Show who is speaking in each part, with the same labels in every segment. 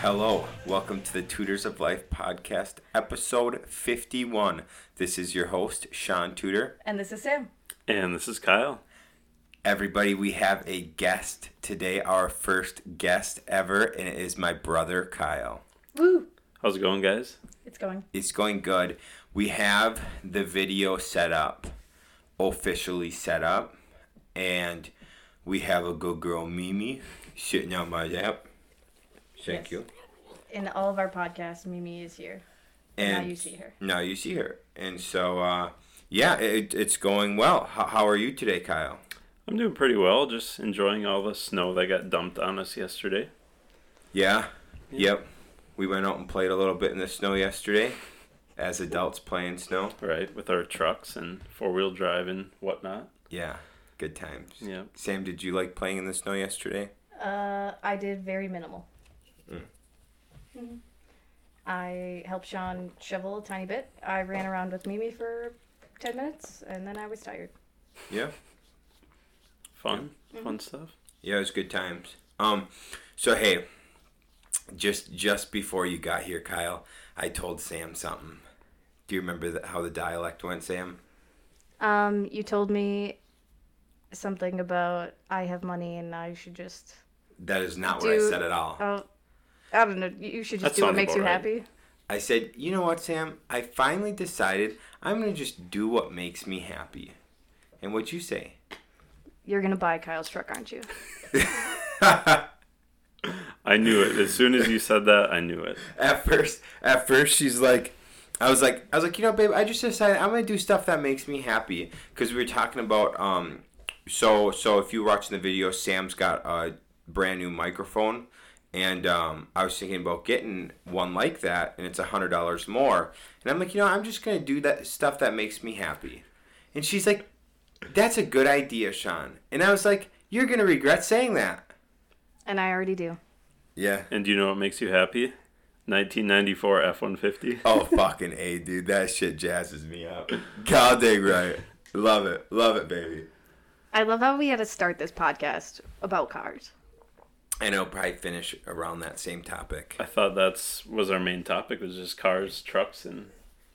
Speaker 1: Hello, welcome to the Tutors of Life podcast, episode 51. This is your host, Sean Tudor.
Speaker 2: And this is Sam.
Speaker 3: And this is Kyle.
Speaker 1: Everybody, we have a guest today, our first guest ever, and it is my brother, Kyle.
Speaker 2: Woo!
Speaker 3: How's it going, guys?
Speaker 2: It's going.
Speaker 1: It's going good. We have the video set up, officially set up, and we have a good girl, Mimi, sitting on my lap. Thank
Speaker 2: Yes.
Speaker 1: you.
Speaker 2: In all of our podcasts, Mimi is here.
Speaker 1: and
Speaker 2: you see her.
Speaker 1: Now you see her, and so uh, yeah, it, it's going well. How, how are you today, Kyle?
Speaker 3: I'm doing pretty well, just enjoying all the snow that got dumped on us yesterday.
Speaker 1: Yeah. Yep. We went out and played a little bit in the snow yesterday, as adults playing snow.
Speaker 3: Right, with our trucks and four wheel drive and whatnot.
Speaker 1: Yeah. Good times.
Speaker 3: Yeah.
Speaker 1: Sam, did you like playing in the snow yesterday?
Speaker 2: Uh, I did very minimal.
Speaker 3: Mm.
Speaker 2: Mhm. I helped Sean shovel a tiny bit. I ran around with Mimi for 10 minutes, and then I was tired.
Speaker 1: Yeah.
Speaker 3: Fun, fun stuff.
Speaker 1: Yeah, it was good times. Um, so hey, just just before you got here, Kyle, I told Sam something. Do you remember the, how the dialect went, Sam?
Speaker 2: Um, you told me something about I have money and I should just.
Speaker 1: That is not what I
Speaker 2: Do-
Speaker 1: said at all.
Speaker 2: Oh, I don't know. You you should just
Speaker 3: That
Speaker 2: do what
Speaker 3: sounds
Speaker 2: makes you
Speaker 3: about right.
Speaker 2: happy.
Speaker 1: I said, you know what, Sam? I finally decided I'm going to just do what makes me happy. And what'd you say?
Speaker 2: You're going to buy Kyle's truck, aren't you?
Speaker 3: I knew it. As soon as you said that, I knew it.
Speaker 1: At first, at first, she's like, I was like, I was like, you know, babe, I just decided I'm going to do stuff that makes me happy. Because we were talking about, um, so, so if you were watching the video, Sam's got a brand new microphone. And um, I was thinking about getting one like that, and it's a hundred dollars more. And I'm like, you know, I'm just gonna do that stuff that makes me happy. And she's like, That's a good idea, Sean. And I was like, You're going to regret saying that.
Speaker 2: And I already do.
Speaker 1: Yeah.
Speaker 3: And do you know what makes you happy? 1994 F 150.
Speaker 1: Oh, fucking A, dude. That shit jazzes me up. God dang right. Love it. Love it, baby.
Speaker 2: I love how we had to start this podcast about cars.
Speaker 1: And I'll probably finish around that same topic.
Speaker 3: I thought that's was our main topic was just cars, trucks, and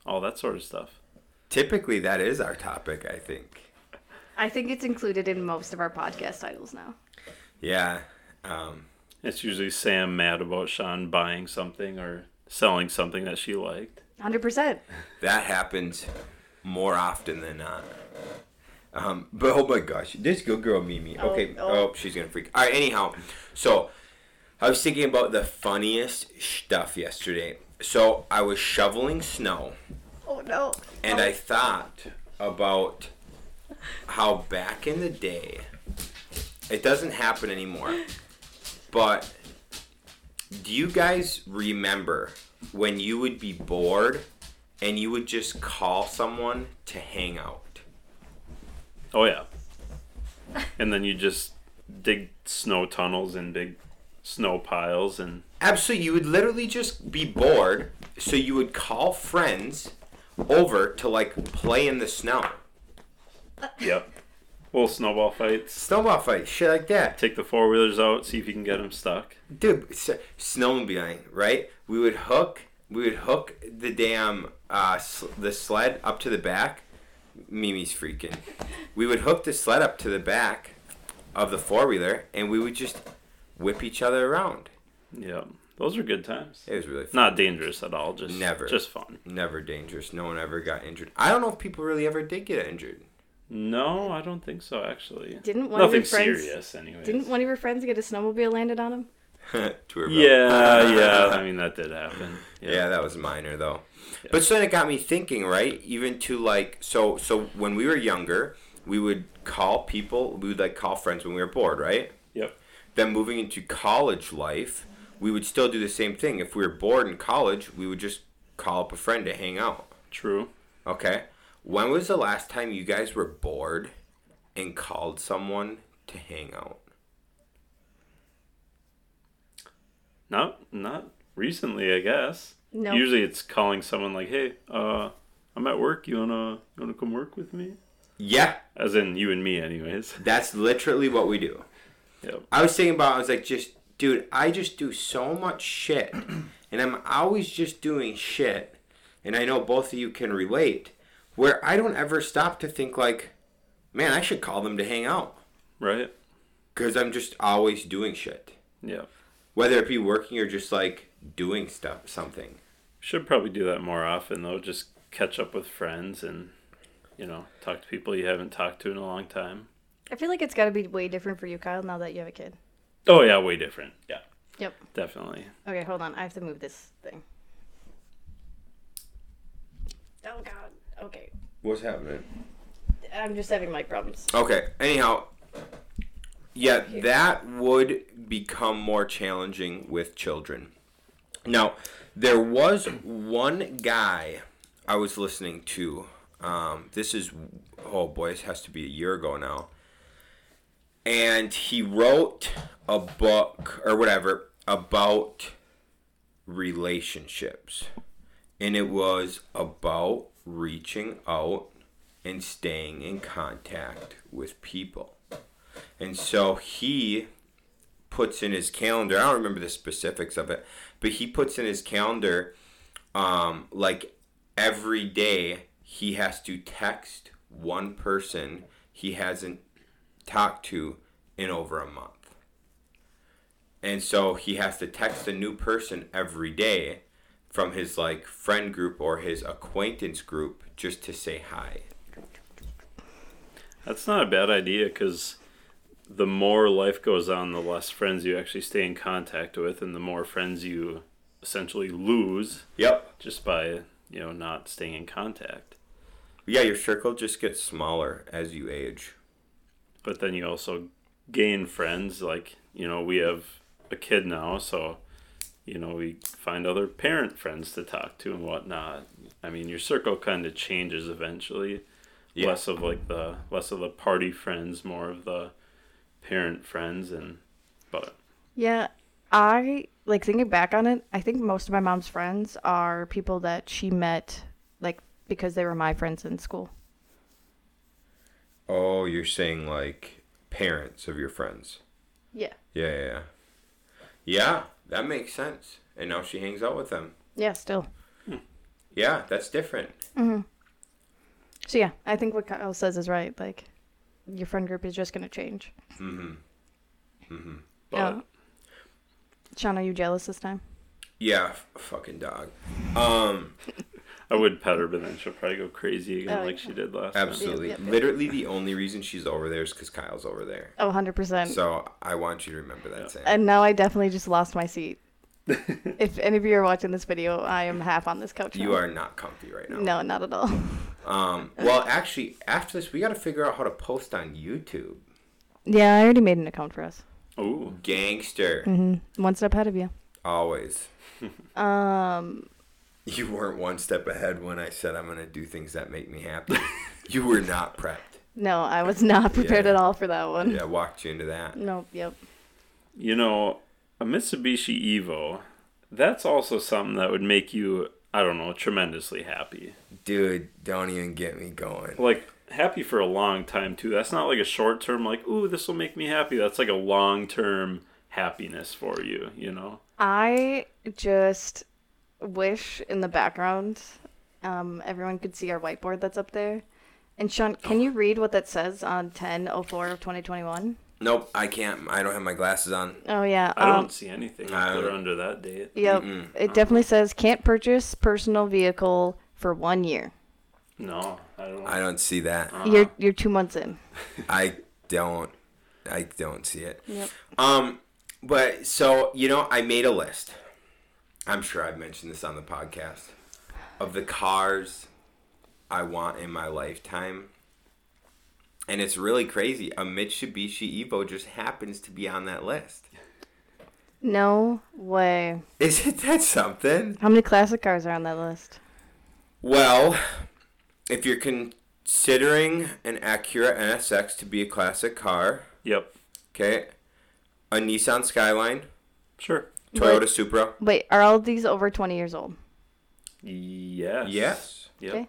Speaker 3: all that sort of stuff.
Speaker 1: Typically, that is our topic, I think.
Speaker 2: I think it's included in most of our podcast titles now.
Speaker 1: Yeah. Um,
Speaker 3: It's usually Sam mad about Sean buying something or selling something that she liked.
Speaker 2: 100%.
Speaker 1: that happens more often than not. Um, but oh my gosh, this good girl Mimi.
Speaker 2: Oh,
Speaker 1: Okay, oh.
Speaker 2: oh.
Speaker 1: she's gonna freak. All right, anyhow, so I was thinking about the funniest stuff yesterday. So I was shoveling snow,
Speaker 2: Oh no.
Speaker 1: and I thought about how back in the day, it doesn't happen anymore. But do you guys remember when you would be bored and you would just call someone to hang out?
Speaker 3: Oh yeah. And then you just dig snow tunnels and big snow piles and
Speaker 1: Absolutely, you would literally just be bored, so you would call friends over to like play in the snow,
Speaker 3: yep. Little snowball fights.
Speaker 1: snowball fight, shit like that.
Speaker 3: Take the four wheelers out, see if you can get them stuck.
Speaker 1: dude s- snowmobiling right we would hook we would hook the damn uh sl- the sled up to the back mimi's freaking we would hook the sled up to the back of the four-wheeler and we would just whip each other around
Speaker 3: Yep. Those are good times.
Speaker 1: it was really fun.
Speaker 3: Not dangerous at all. Just
Speaker 1: Never.
Speaker 3: Just fun.
Speaker 1: never dangerous no one ever got injured i don't know if people really ever did get injured
Speaker 3: No, I don't think so. Actually,
Speaker 2: Didn't one of
Speaker 3: nothing
Speaker 2: your friends-
Speaker 3: serious anyway.
Speaker 2: Didn't one of your friends get a snowmobile landed on him?
Speaker 1: Tour boat.
Speaker 3: Yeah, yeah. I mean, that did happen.
Speaker 1: Yeah, that was minor though. But so then it got me thinking, right? Even to like so so when we were younger, we would call people, we would like call friends when we were bored, right?
Speaker 3: Yep.
Speaker 1: Then moving into college life, we would still do the same thing. If we were bored in college, we would just call up a friend to hang out.
Speaker 3: True.
Speaker 1: Okay? When was the last time you guys were bored and called someone to hang out?
Speaker 3: Not not recently, I guess.
Speaker 2: No.
Speaker 3: Usually, it's calling someone like, "Hey, uh, I'm at work. You wanna you wanna come work with me?"
Speaker 1: Yeah,
Speaker 3: As in you and me, anyways.
Speaker 1: that's literally what we do.
Speaker 3: Yep.
Speaker 1: I was thinking about I was like just dude, I just do so much shit, and I'm always just doing shit, and I know both of you can relate, where I don't ever stop to think like, man, I should call them to hang out,
Speaker 3: right?
Speaker 1: because I'm just always doing shit,
Speaker 3: Yeah.
Speaker 1: whether it be working or just like doing stuff, something.
Speaker 3: Should probably do that more often though. Just catch up with friends and you know talk to people you haven't talked to in a long time.
Speaker 2: I feel like it's got to be way different for you, Kyle, now that you have a kid.
Speaker 3: Oh yeah, way different. Yeah,
Speaker 2: Yep.
Speaker 3: definitely.
Speaker 2: Okay, hold on. I have to move this thing. Oh God. Okay.
Speaker 1: What's happening?
Speaker 2: I'm just having mic problems.
Speaker 1: Okay. Anyhow, yeah, that would become more challenging with children. Now, there was one guy I was listening to. Um, this is, oh boy, this has to be a year ago now. And he wrote a book or whatever about relationships. And it was about reaching out and staying in contact with people. And so he puts in his calendar, I don't remember the specifics of it, but he puts in his calendar um, like every day he has to text one person he hasn't talked to in over a month. And so he has to text a new person every day from his like friend group or his acquaintance group just to say hi.
Speaker 3: That's not a bad idea because the more life goes on, the less friends you actually stay in contact with, and the more friends you essentially lose
Speaker 1: Yep.
Speaker 3: just by you know not staying in contact.
Speaker 1: Yeah, your circle just gets smaller as you age.
Speaker 3: but then you also gain friends like you know we have a kid now so you know we find other parent friends to talk to and whatnot i mean your circle kind of changes eventually
Speaker 1: Yeah.
Speaker 3: less of like the less of the party friends more of the parent friends and but
Speaker 2: Yeah, I like thinking back on it. I think most of my mom's friends are people that she met like because they were my friends in school.
Speaker 1: Oh, you're saying like parents of your friends.
Speaker 2: Yeah.
Speaker 1: Yeah, yeah, yeah. Yeah, that makes sense. And now she hangs out with them.
Speaker 2: Yeah, still.
Speaker 1: Yeah, that's different.
Speaker 2: So yeah, I think what Kyle says is right. Like, your friend group is just gonna change.
Speaker 3: but
Speaker 2: Yeah. Sean, are you jealous this time?
Speaker 1: Yeah, f- fucking dog. Um,
Speaker 3: i would pet her but then she'll probably go crazy again
Speaker 2: Oh,
Speaker 3: like she did last time
Speaker 1: absolutely.
Speaker 2: Yep, yep, yep.
Speaker 1: Literally, the only reason she's over there is because Kyle's over there.
Speaker 2: Oh, 100%.
Speaker 1: So I want you to remember that. Sam.
Speaker 2: and now I definitely just lost my seat. if any of you are watching this video, I am half on this couch.
Speaker 1: You
Speaker 2: now.
Speaker 1: are not comfy right now.
Speaker 2: No, not at all.
Speaker 1: Um, well, actually, after this, we got to figure out how to post on YouTube.
Speaker 2: yeah, I already made an account for us.
Speaker 3: oh
Speaker 1: Gangster,
Speaker 2: One step ahead of you.
Speaker 1: always.
Speaker 2: Um,
Speaker 1: You weren't one step ahead when I said I'm going to do things that make me happy. you were not prepped.
Speaker 2: no, I was not prepared at all for that one.
Speaker 1: Yeah, I walked you into that.
Speaker 2: No, yep.
Speaker 3: You know, a Mitsubishi Evo, that's also something that would make you, I don't know, tremendously happy.
Speaker 1: Dude, don't even get me going.
Speaker 3: Like, happy for a long time, too. That's not like a short term, like, ooh, this will make me happy. That's like a long term happiness for you, you know?
Speaker 2: I just wish in the background um, everyone could see our whiteboard that's up there. And Sean, can
Speaker 3: Oh.
Speaker 2: you read what that says on 10.04 of 2021?
Speaker 1: Nope, I can't. I don't have my glasses on.
Speaker 2: Oh, yeah.
Speaker 3: I
Speaker 2: um,
Speaker 3: don't see anything
Speaker 1: I-
Speaker 3: out there under that date.
Speaker 2: Yep. It definitely says can't purchase personal vehicle for one year.
Speaker 3: No, I don't.
Speaker 1: I don't see that.
Speaker 3: Uh-huh.
Speaker 2: You're you're two months in.
Speaker 1: I don't. I don't see it.
Speaker 2: Yep.
Speaker 1: Um, but so you know, I made a list. I'm sure I've mentioned this on the podcast of the cars I want in my lifetime, and it's really crazy. A Mitsubishi Evo just happens to be on that list.
Speaker 2: No way.
Speaker 1: Isn't that something?
Speaker 2: How many classic cars are on that list?
Speaker 1: Well, if you're considering an Acura NSX to be a classic car,
Speaker 3: yep,
Speaker 1: okay, a Nissan Skyline,
Speaker 3: sure.
Speaker 1: Toyota
Speaker 2: But-
Speaker 1: Supra,
Speaker 2: Wait, are all these over twenty years old?
Speaker 3: Yes.
Speaker 1: yes.
Speaker 3: Yep.
Speaker 2: Okay.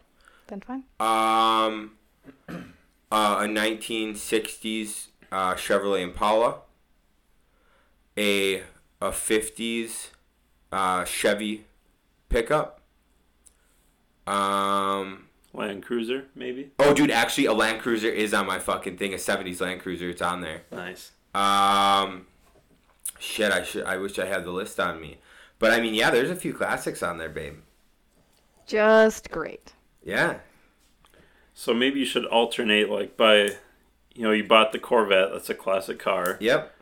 Speaker 2: Then fine.
Speaker 1: Um, uh, a 1960s uh, Chevrolet Impala, a a 50s uh, Chevy pickup. Um,
Speaker 3: Land Cruiser, maybe.
Speaker 1: oh, dude, actually, a Land Cruiser is on my fucking thing. A 70s Land Cruiser, it's on there.
Speaker 3: Nice.
Speaker 1: Um, shit, I should. I wish I had the list on me. But I mean, yeah, there's a few classics on there, babe.
Speaker 2: Just great.
Speaker 1: Yeah,
Speaker 3: So maybe you should alternate, like by, you know, you bought the Corvette. That's a classic car.
Speaker 1: yep.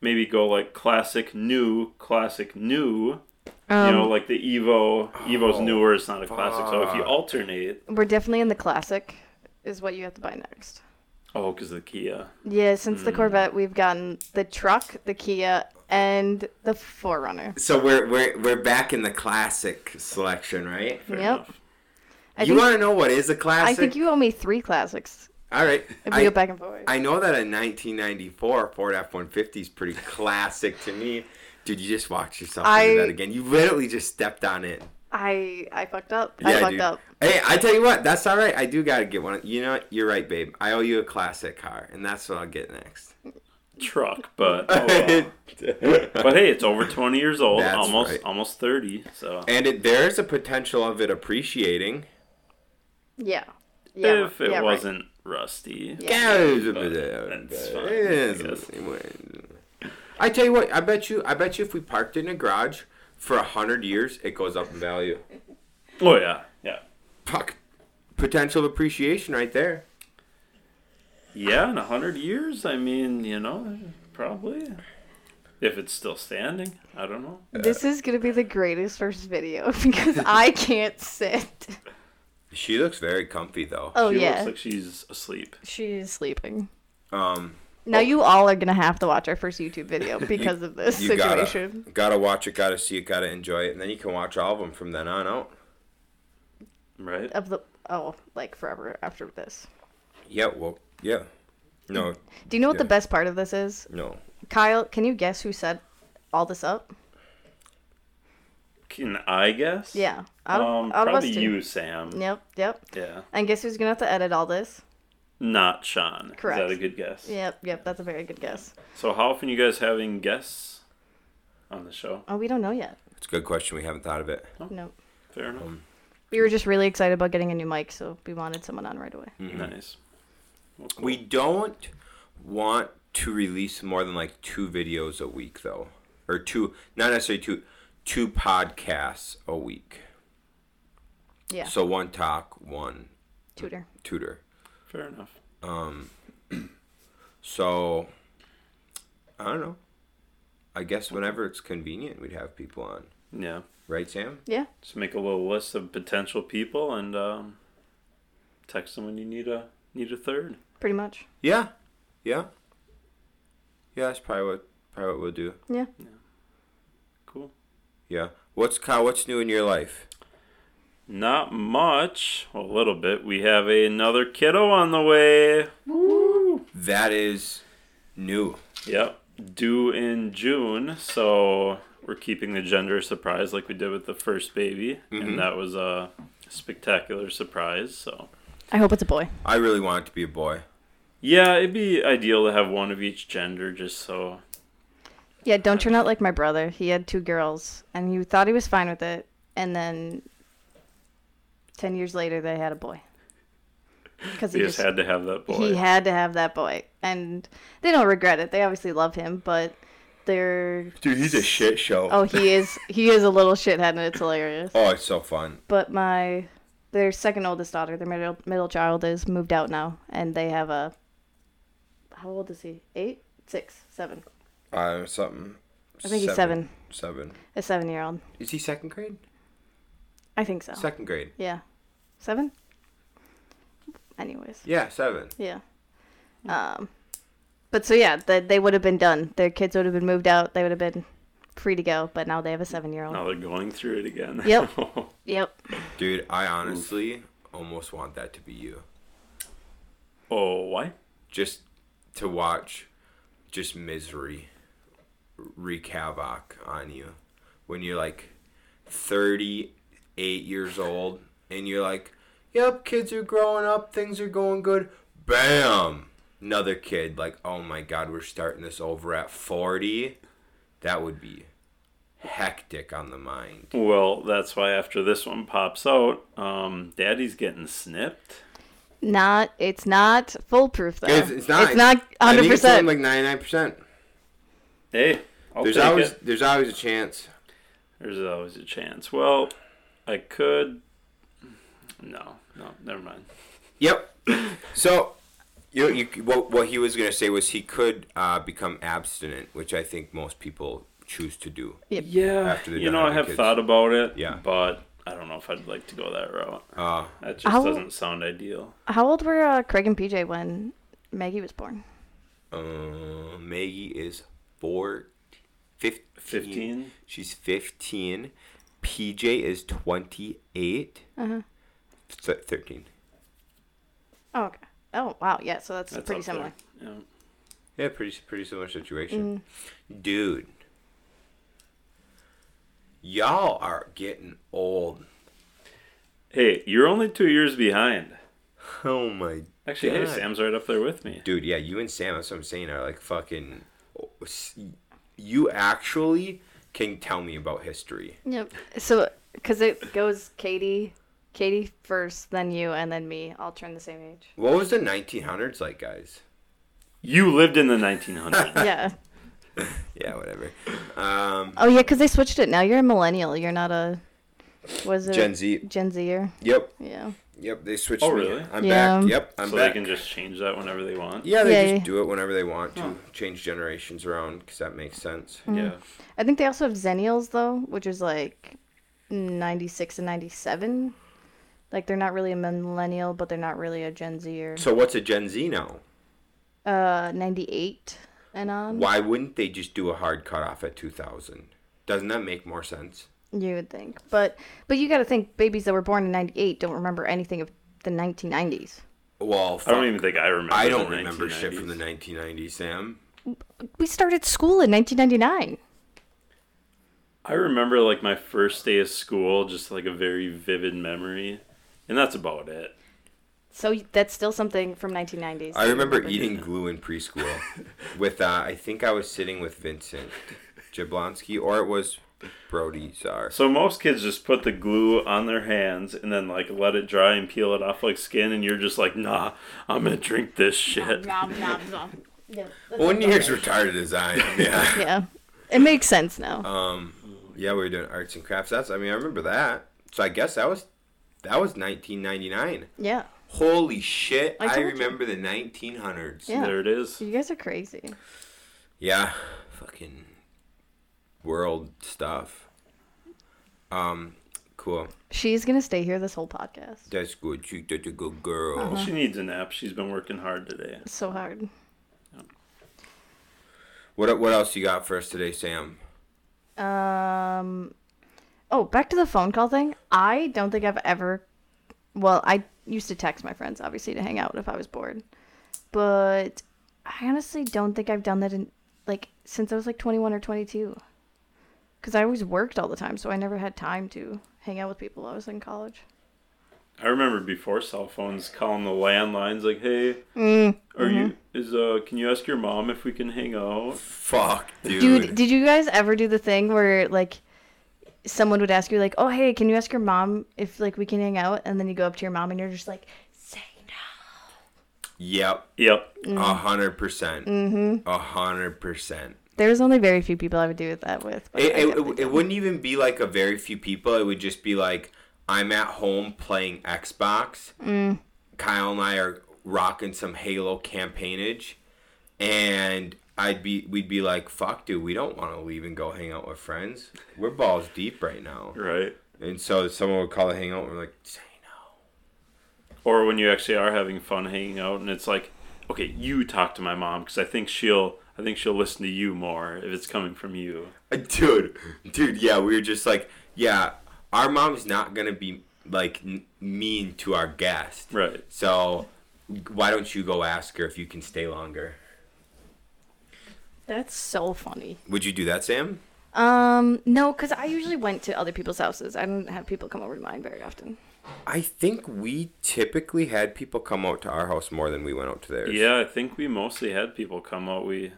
Speaker 3: Maybe go like classic new, classic new.
Speaker 2: Um,
Speaker 3: you know, like the Evo. Evo's newer. It's not a classic. So if you
Speaker 1: oh, fuck.
Speaker 3: alternate,
Speaker 2: we're definitely in the classic, is what you have to buy next.
Speaker 3: oh, because the Kia.
Speaker 2: Yeah, since the Corvette, we've gotten the truck, the Kia, and the Forerunner.
Speaker 1: So we're we're we're back in the classic selection, right?
Speaker 3: Fair
Speaker 2: Yep.
Speaker 3: enough.
Speaker 2: I
Speaker 1: you
Speaker 2: think,
Speaker 1: want to know what is a classic?
Speaker 2: I think you owe me three classics
Speaker 1: All right.
Speaker 2: if we
Speaker 1: I,
Speaker 2: go back and forth.
Speaker 1: I know that a 1994 Ford F-150 is pretty classic to me. Dude, you just walked yourself
Speaker 2: I-
Speaker 1: into that again. You literally just stepped on it.
Speaker 2: I I fucked up. I fucked
Speaker 1: dude.
Speaker 2: up.
Speaker 1: Hey, I tell you what, that's all right. I do gotta get one. You know, what? you're right, babe. I owe you a classic car, and that's what I'll get next.
Speaker 3: Truck, but oh, well. but hey, it's over twenty years old,
Speaker 1: That's
Speaker 3: almost
Speaker 1: right.
Speaker 3: almost thirty. So
Speaker 1: and it, there's a potential of it appreciating.
Speaker 2: Yeah. Yeah.
Speaker 3: if it
Speaker 2: yeah, right.
Speaker 3: wasn't rusty,
Speaker 2: Yeah.
Speaker 1: That's
Speaker 3: That's fine, I guess.
Speaker 1: I tell you what, I bet you, I bet you, if we parked it in a garage for a hundred years, it goes up in value.
Speaker 3: oh yeah, yeah,
Speaker 1: Fuck, potential of appreciation right there.
Speaker 3: yeah. In a hundred years, I mean, you know, probably if it's still standing. I don't know.
Speaker 2: This is gonna be the greatest first video because I can't sit.
Speaker 1: She looks very comfy though.
Speaker 2: Oh
Speaker 3: she
Speaker 2: yeah,
Speaker 3: looks like she's asleep.
Speaker 2: she's sleeping.
Speaker 1: Um,
Speaker 2: Now you all are gonna have to watch our first YouTube video because of this
Speaker 1: you
Speaker 2: situation.
Speaker 1: gotta gotta watch it, gotta see it, gotta enjoy it, and then you can watch all of them from then on out.
Speaker 3: Right?
Speaker 2: Of the oh, like forever after this.
Speaker 1: Yeah, well, yeah. No,
Speaker 2: Do you know what the
Speaker 1: Yeah.
Speaker 2: best part of this is?
Speaker 1: no.
Speaker 2: Kyle, can you guess who set all this up?
Speaker 3: Can I guess?
Speaker 2: Yeah, out of,
Speaker 3: Um,
Speaker 2: out of us
Speaker 3: probably
Speaker 2: two.
Speaker 3: you, Sam.
Speaker 2: Yep, yep.
Speaker 3: Yeah.
Speaker 2: And guess who's gonna have to edit all this?
Speaker 3: Not Sean.
Speaker 2: Correct.
Speaker 3: Is that a good guess?
Speaker 2: Yep, yep. That's a very good guess.
Speaker 3: So how often you guys having guests on the show?
Speaker 2: Oh, we don't know yet.
Speaker 1: It's a good question. We haven't thought of it.
Speaker 2: No,
Speaker 3: Fair enough.
Speaker 2: we were just really excited about getting a new mic, so we wanted someone on right away.
Speaker 3: Mm. Nice. Well, cool.
Speaker 1: We don't want to release more than like two videos a week, though, or two, not necessarily two, two podcasts a week.
Speaker 2: Yeah,
Speaker 1: So one talk, one
Speaker 2: tutor.
Speaker 1: tutor. Um,
Speaker 3: Fair enough.
Speaker 1: So I don't know. I guess whenever it's convenient, we'd have people on,
Speaker 3: Yeah.
Speaker 1: right, Sam?
Speaker 2: Yeah,
Speaker 3: Just make a little list of potential people and um, text them when you need a need a third.
Speaker 2: pretty much.
Speaker 1: Yeah, yeah, yeah. That's probably what probably what we'll do.
Speaker 2: Yeah.
Speaker 3: Cool.
Speaker 1: Yeah. What's Kyle? What's new in your life?
Speaker 3: Not much. A little bit. We have another kiddo on the way.
Speaker 1: That is new.
Speaker 3: Yep. Due in June, so we're keeping the gender surprise like we did with the first baby,
Speaker 1: Mm-hmm.
Speaker 3: and that was a spectacular surprise. So
Speaker 2: I hope it's a boy.
Speaker 1: I really want it to be a boy.
Speaker 3: yeah, it'd be ideal to have one of each gender, just so
Speaker 2: Yeah, don't turn out like my brother. He had two girls, and he thought he was fine with it, and then ten years later, they had a boy. Because
Speaker 3: we just had to have that boy.
Speaker 2: he had to have that boy, and they don't regret it. They obviously love him, but they're
Speaker 1: Dude, he's a shit show.
Speaker 2: oh, he is he is a little shithead, and it's hilarious.
Speaker 1: Oh, it's so fun.
Speaker 2: But my their second oldest daughter, their middle middle child, is moved out now, and they have a how old is he? Eight, six, seven.
Speaker 1: Uh, something.
Speaker 2: I think he's
Speaker 1: Seven.
Speaker 2: A seven year old.
Speaker 1: Is he second grade?
Speaker 2: I think so.
Speaker 1: Second grade.
Speaker 2: Yeah. Seven? Anyways.
Speaker 1: Yeah, seven.
Speaker 2: Yeah. Um, but so, yeah, the, they would have been done. Their kids would have been moved out. They would have been free to go, but now they have a seven year old.
Speaker 3: Now they're going through it again.
Speaker 2: Yep. Yep.
Speaker 1: Dude, I honestly almost want that to be you.
Speaker 3: oh, why?
Speaker 1: Just to watch, just misery wreak havoc on you when you're like 38 years old and you're like, yep, kids are growing up, things are going good. Bam! Another kid, like, oh my god, we're starting this over at 40. That would be hectic on the mind.
Speaker 3: Well, that's why after this one pops out, um, Daddy's getting snipped.
Speaker 2: Not. It's not foolproof though.
Speaker 1: It's, it's not.
Speaker 2: It's not
Speaker 1: I
Speaker 2: hundred
Speaker 1: think it's something
Speaker 2: percent.
Speaker 1: like ninety nine percent.
Speaker 3: Hey, I'll
Speaker 1: There's
Speaker 3: take
Speaker 1: always
Speaker 3: it.
Speaker 1: there's always a chance.
Speaker 3: There's always a chance. Well, I could. No, no, never mind.
Speaker 1: Yep. So, you, you what what he was gonna say was he could uh, become abstinent, which I think most people choose to do.
Speaker 3: Yeah,
Speaker 1: After they're
Speaker 3: you
Speaker 1: done
Speaker 3: know, I
Speaker 1: having
Speaker 3: have
Speaker 1: kids.
Speaker 3: thought about it.
Speaker 1: Yeah.
Speaker 3: but I don't know if I'd like to go that route.
Speaker 1: Uh,
Speaker 3: That just
Speaker 2: How-
Speaker 3: doesn't sound ideal.
Speaker 2: How old were uh, Craig and PJ when Maggie was born?
Speaker 1: uh, Maggie is four, fif-
Speaker 3: 15?
Speaker 1: She's fifteen. PJ is twenty eight.
Speaker 2: Uh-huh.
Speaker 1: Th- Thirteen.
Speaker 2: Oh, okay. Oh, wow. Yeah, so that's,
Speaker 3: That's
Speaker 2: pretty
Speaker 3: up there.
Speaker 2: similar.
Speaker 3: Yeah.
Speaker 1: Yeah, pretty pretty similar situation, dude. Y'all are getting old.
Speaker 3: Hey, you're only two years behind.
Speaker 1: Oh my
Speaker 3: Actually, hey,
Speaker 1: God.
Speaker 3: Sam's right up there with me.
Speaker 1: Dude, yeah, you and Sam, that's what I'm saying, are like fucking. You actually can tell me about history.
Speaker 2: Yep. So, because it goes Katie, Katie first, then you, and then me. I'll turn the same age.
Speaker 1: What was the 1900s like, guys?
Speaker 3: You lived in the 1900s.
Speaker 2: yeah.
Speaker 1: Yeah, whatever. Um,
Speaker 2: Oh, yeah, because they switched it. Now you're a millennial. You're not a. Was it
Speaker 1: Gen Z.
Speaker 2: Gen er. Zer?
Speaker 1: Yep,
Speaker 2: Yeah.
Speaker 1: yep, they switched.
Speaker 3: Oh,
Speaker 1: me.
Speaker 3: really?
Speaker 1: I'm
Speaker 2: Yeah.
Speaker 1: back. Yep, I'm
Speaker 3: so
Speaker 1: back.
Speaker 3: they can just change that whenever they want.
Speaker 1: Yeah, they
Speaker 2: Yeah,
Speaker 1: just
Speaker 2: yeah.
Speaker 1: do it whenever they want to change generations around because that makes sense.
Speaker 2: Mm-hmm.
Speaker 3: Yeah.
Speaker 2: I think they also have Zennials though, which is like ninety six and ninety seven. Like they're not really a millennial, but they're not really a Gen Zer.
Speaker 1: So what's a Gen Z now?
Speaker 2: Uh, ninety eight and on.
Speaker 1: Why wouldn't they just do a hard cutoff at 2000? Doesn't that make more sense?
Speaker 2: You would think, but but you got to think babies that were born in '98 don't remember anything of the 1990s.
Speaker 1: Well, fuck.
Speaker 3: I don't even think I remember.
Speaker 1: I
Speaker 3: the
Speaker 1: don't remember shit from the
Speaker 3: 1990s.
Speaker 1: 1990s, Sam.
Speaker 2: We started school in 1999.
Speaker 3: I remember like my first day of school, just like a very vivid memory, and that's about it.
Speaker 2: So y- that's still something from 1990s.
Speaker 1: I remember eating glue in preschool with, uh, I think I was sitting with Vincent Jablonski, or it was Brody Czar.
Speaker 3: So most kids just put the glue on their hands and then like let it dry and peel it off like skin, and you're just like, nah, I'm gonna drink this shit.
Speaker 1: One year's retarded design. Yeah.
Speaker 2: Yeah, it makes sense now.
Speaker 1: Uh. Yeah, we were doing arts and crafts. That's, I mean, I remember that. So I guess that was, that was 1999.
Speaker 2: yeah,
Speaker 1: Holy shit.
Speaker 2: I
Speaker 1: I,
Speaker 2: told you.
Speaker 1: remember the 1900s.
Speaker 2: Yeah.
Speaker 3: There it is.
Speaker 2: you guys are crazy.
Speaker 1: Yeah, fucking world stuff. Um, cool.
Speaker 2: She's gonna stay here this whole podcast.
Speaker 1: That's good. She's such a good
Speaker 2: Oh.
Speaker 1: girl.
Speaker 3: She needs a nap. She's been working hard today.
Speaker 2: It's so hard.
Speaker 1: What what else you got for us today, Sam?
Speaker 2: Um, oh, back to the phone call thing. I don't think I've ever. Well, I used to text my friends, obviously, to hang out if I was bored. But I honestly don't think I've done that in like since I was like 21 or 22. Because I always worked all the time, so I never had time to hang out with people. while I was in college.
Speaker 3: I remember before cell phones calling the landlines like, "Hey, are you is uh can you ask your mom if we can hang out?"
Speaker 1: Fuck, dude.
Speaker 2: Dude, did you guys ever do the thing where like someone would ask you like, "Oh, hey, can you ask your mom if like we can hang out?" And then you go up to your mom and you're just like, "Say
Speaker 1: Yep,
Speaker 3: Yep.
Speaker 2: Mm.
Speaker 1: a hundred percent.
Speaker 2: Mm-hmm.
Speaker 1: A hundred percent.
Speaker 2: There's only very few people I would do that with. But
Speaker 1: It
Speaker 2: I
Speaker 1: it,
Speaker 2: definitely
Speaker 1: it, it
Speaker 2: did.
Speaker 1: wouldn't even be like a very few people. It would just be like I'm at home playing Xbox.
Speaker 2: Mm.
Speaker 1: Kyle and I are rocking some Halo campaignage, and I'd be we'd be like, "Fuck, dude, we don't want to leave and go hang out with friends. We're balls deep right now."
Speaker 3: Right.
Speaker 1: And so someone would call a hangout, and we're like, "Say no."
Speaker 3: Or when you actually are having fun hanging out, and it's like, okay, you talk to my mom because I think she'll I think she'll listen to you more if it's coming from you.
Speaker 1: Uh, dude dude yeah we were just like yeah our mom's not gonna be like n- mean to our guest
Speaker 3: Right.
Speaker 1: so why don't you go ask her if you can stay longer
Speaker 2: That's so funny.
Speaker 1: would you do that sam
Speaker 2: Um, no, because I usually went to other people's houses. I didn't have people come over to mine very often.
Speaker 1: i think we typically had people come out to our house more than we went out to theirs
Speaker 3: Yeah, I think we mostly had people come out. We,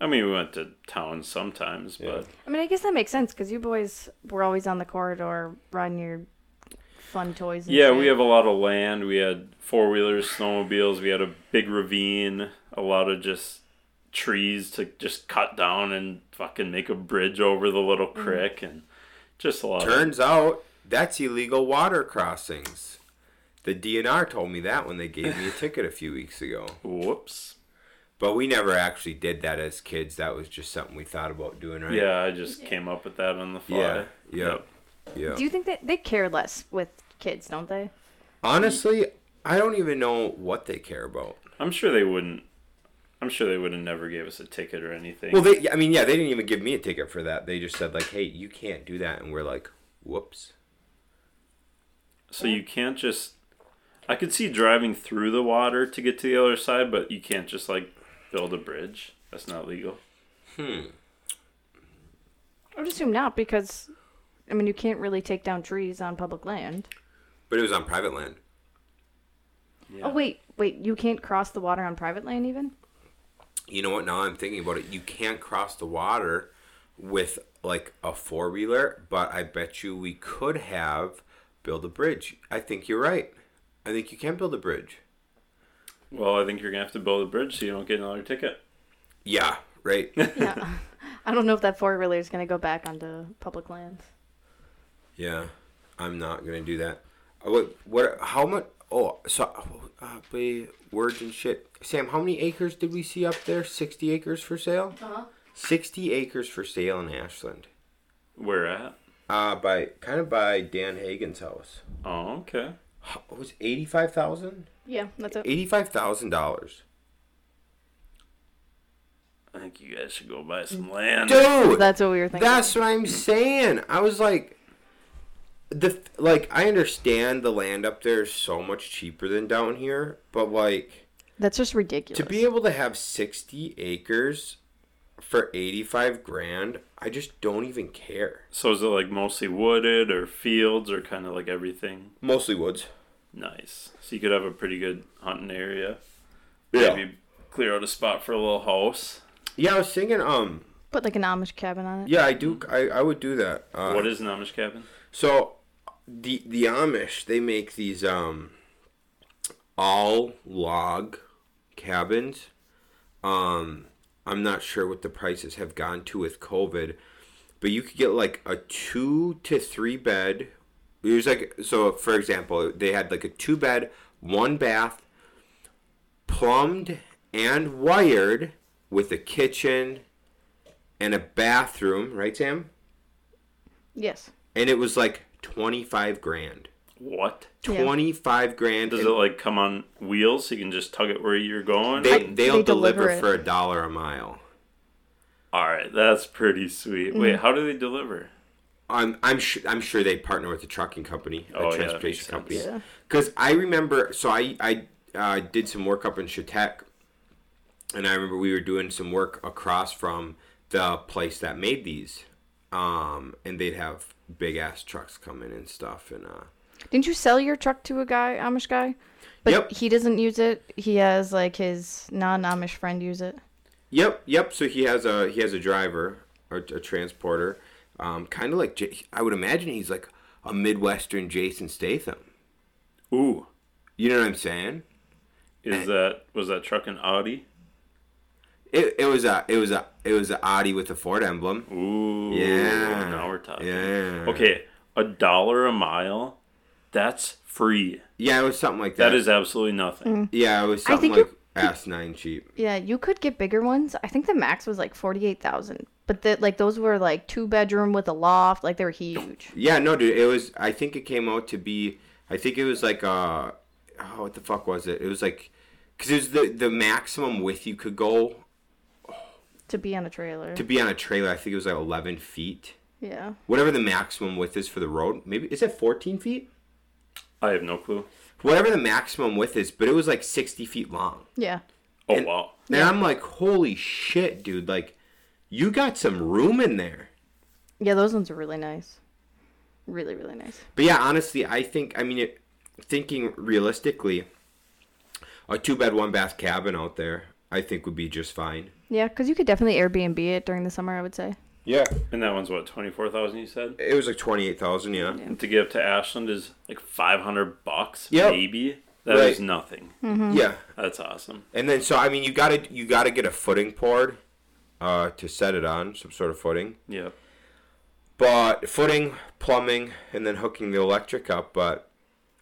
Speaker 3: I mean, we went to town sometimes, but
Speaker 2: I mean, I guess that makes sense because you boys were always on the corridor riding your fun toys. And
Speaker 3: yeah,
Speaker 2: shit.
Speaker 3: we have a lot of land. We had four wheelers, snowmobiles. We had a big ravine, a lot of just trees to just cut down and fucking make a bridge over the little creek and just a lot. of-
Speaker 1: Turns out that's illegal water crossings. The DNR told me that when they gave me a ticket a few weeks ago.
Speaker 3: whoops.
Speaker 1: But we never actually did that as kids. That was just something we thought about doing, right?
Speaker 3: Yeah, I just came up with that on the fly.
Speaker 1: Yeah. Yep. Yeah.
Speaker 2: Do you think that they care less with kids, don't they?
Speaker 1: Honestly, I don't even know what they care about.
Speaker 3: I'm sure they wouldn't. I'm sure they would have never gave us a ticket or anything.
Speaker 1: Well, they I mean, yeah, they didn't even give me a ticket for that. They just said like, "Hey, you can't do that." And we're like, "Whoops."
Speaker 3: so you can't just. I could see driving through the water to get to the other side, but you can't just like build a bridge. That's not legal.
Speaker 2: I would assume not because, I mean, you can't really take down trees on public land.
Speaker 1: But it was on private land.
Speaker 3: Yeah.
Speaker 2: Oh wait, wait, you can't cross the water on private land even.
Speaker 1: You know what? Now I'm thinking about it. You can't cross the water with like a four wheeler, but I bet you we could have build a bridge. I think you're right. I think you can build a bridge.
Speaker 3: Well, I think you're gonna have to build a bridge so you don't get another ticket.
Speaker 1: Yeah, right.
Speaker 2: Yeah, I don't know if that four wheeler is gonna go back onto public lands.
Speaker 1: yeah, I'm not gonna do that. Uh, What? What? How much? Oh, so uh, ba- words and shit. Sam, how many acres did we see up there? Sixty acres for sale.
Speaker 2: Uh-huh.
Speaker 1: Sixty acres for sale in Ashland.
Speaker 3: Where at?
Speaker 1: Uh, by kind of by Dan Hagen's house.
Speaker 3: Oh, okay.
Speaker 1: How- It was eighty five thousand.
Speaker 2: Yeah, that's it.
Speaker 1: Eighty five thousand dollars.
Speaker 3: I think you guys should go buy some land.
Speaker 1: Dude,
Speaker 2: That's what we were thinking.
Speaker 1: that's what I'm saying. I was like, the like I understand the land up there is so much cheaper than down here, but like
Speaker 2: That's just ridiculous.
Speaker 1: to be able to have sixty acres for eighty five grand, I just don't even care.
Speaker 3: So is it like mostly wooded or fields or kind of like everything?
Speaker 1: Mostly woods.
Speaker 3: Nice. So you could have a pretty good hunting area.
Speaker 1: Yeah.
Speaker 3: Maybe clear out a spot for a little house.
Speaker 1: Yeah, I was thinking. Um.
Speaker 2: Put like an Amish cabin on it.
Speaker 1: Yeah, I do. I, I would do that. Uh,
Speaker 3: what is an Amish cabin?
Speaker 1: So the the Amish they make these um all log cabins. Um I'm not sure what the prices have gone to with COVID, but you could get like a 2 to 3 bed. It was like so for example, they had like a 2 bed, 1 bath, plumbed and wired with a kitchen and a bathroom, right Sam?
Speaker 2: Yes.
Speaker 1: and it was like 25 grand
Speaker 3: What?
Speaker 2: Yeah.
Speaker 1: 25 grand
Speaker 3: Does
Speaker 1: and
Speaker 3: it like come on wheels so you can just tug it where you're going?
Speaker 1: they,
Speaker 2: I-
Speaker 1: they'll
Speaker 2: they
Speaker 1: deliver,
Speaker 2: deliver it.
Speaker 1: for a dollar a mile
Speaker 3: All right, that's pretty sweet. Wait,
Speaker 1: Mm-hmm.
Speaker 3: how do they deliver?
Speaker 1: I'm I'm sure I'm sure they partner with a trucking company, a
Speaker 3: Oh, yeah, that
Speaker 1: transportation
Speaker 3: makes
Speaker 1: company.
Speaker 2: sense. Yeah.
Speaker 1: Because I remember, so I I uh, did some work up in Chautauqua, and I remember we were doing some work across from the place that made these, um, and they'd have big ass trucks come in and stuff, and uh,
Speaker 2: Didn't you sell your truck to a guy, Amish guy? But
Speaker 1: Yep.
Speaker 2: he doesn't use it. He has like his non-Amish friend use it.
Speaker 1: Yep, yep. So he has a he has a driver or a transporter, um, kind of like J- I would imagine he's like a midwestern Jason Statham.
Speaker 3: Ooh,
Speaker 1: You know what I'm saying?
Speaker 3: is that was that truck an Audi?
Speaker 1: It, it was a it was a it was a Audi with a Ford emblem.
Speaker 3: Ooh,
Speaker 1: Yeah.
Speaker 3: Now we're talking.
Speaker 1: Yeah.
Speaker 3: Okay, a dollar a mile. That's free.
Speaker 1: Yeah, Mm. it was something like that.
Speaker 3: That is absolutely nothing.
Speaker 1: yeah, it was
Speaker 2: I
Speaker 1: something
Speaker 2: think
Speaker 1: like asinine cheap.
Speaker 2: Yeah, you could get bigger ones. I think the max was like forty-eight thousand. But that like those were like two bedroom with a loft. Like they were huge.
Speaker 1: Yeah, no, dude. It was. I think it came out to be. I think it was like uh, oh, what the fuck was it? It was like, cause it was the the maximum width you could go
Speaker 2: To be on a trailer.
Speaker 1: to be on a trailer. I think it was like 11 feet.
Speaker 2: yeah.
Speaker 1: whatever the maximum width is for the road. Maybe is it 14 feet?
Speaker 3: I have no clue.
Speaker 1: Whatever the maximum width is, but it was like 60 feet long.
Speaker 2: Yeah.
Speaker 3: Oh wow.
Speaker 1: And I'm like, holy shit, dude! Like, you got some room in there.
Speaker 2: Yeah, those ones are really nice. Really, really nice.
Speaker 1: But yeah, honestly, I think I mean, it, thinking realistically, a two bed, one bath cabin out there, I think would be just fine.
Speaker 2: Yeah, because you could definitely Airbnb it during the summer. I would say.
Speaker 1: Yeah.
Speaker 3: And that one's what twenty four thousand. You said.
Speaker 1: It was like twenty eight thousand. Yeah.
Speaker 3: And to give to Ashland is like five hundred bucks,
Speaker 1: Yep.
Speaker 3: maybe. That is
Speaker 1: Right. Hmm.
Speaker 3: nothing.
Speaker 1: Yeah.
Speaker 3: That's awesome.
Speaker 1: And then so I mean you gotta you gotta get a footing poured, uh, to set it on some sort of footing.
Speaker 3: Yep.
Speaker 1: But footing, plumbing, and then hooking the electric up, but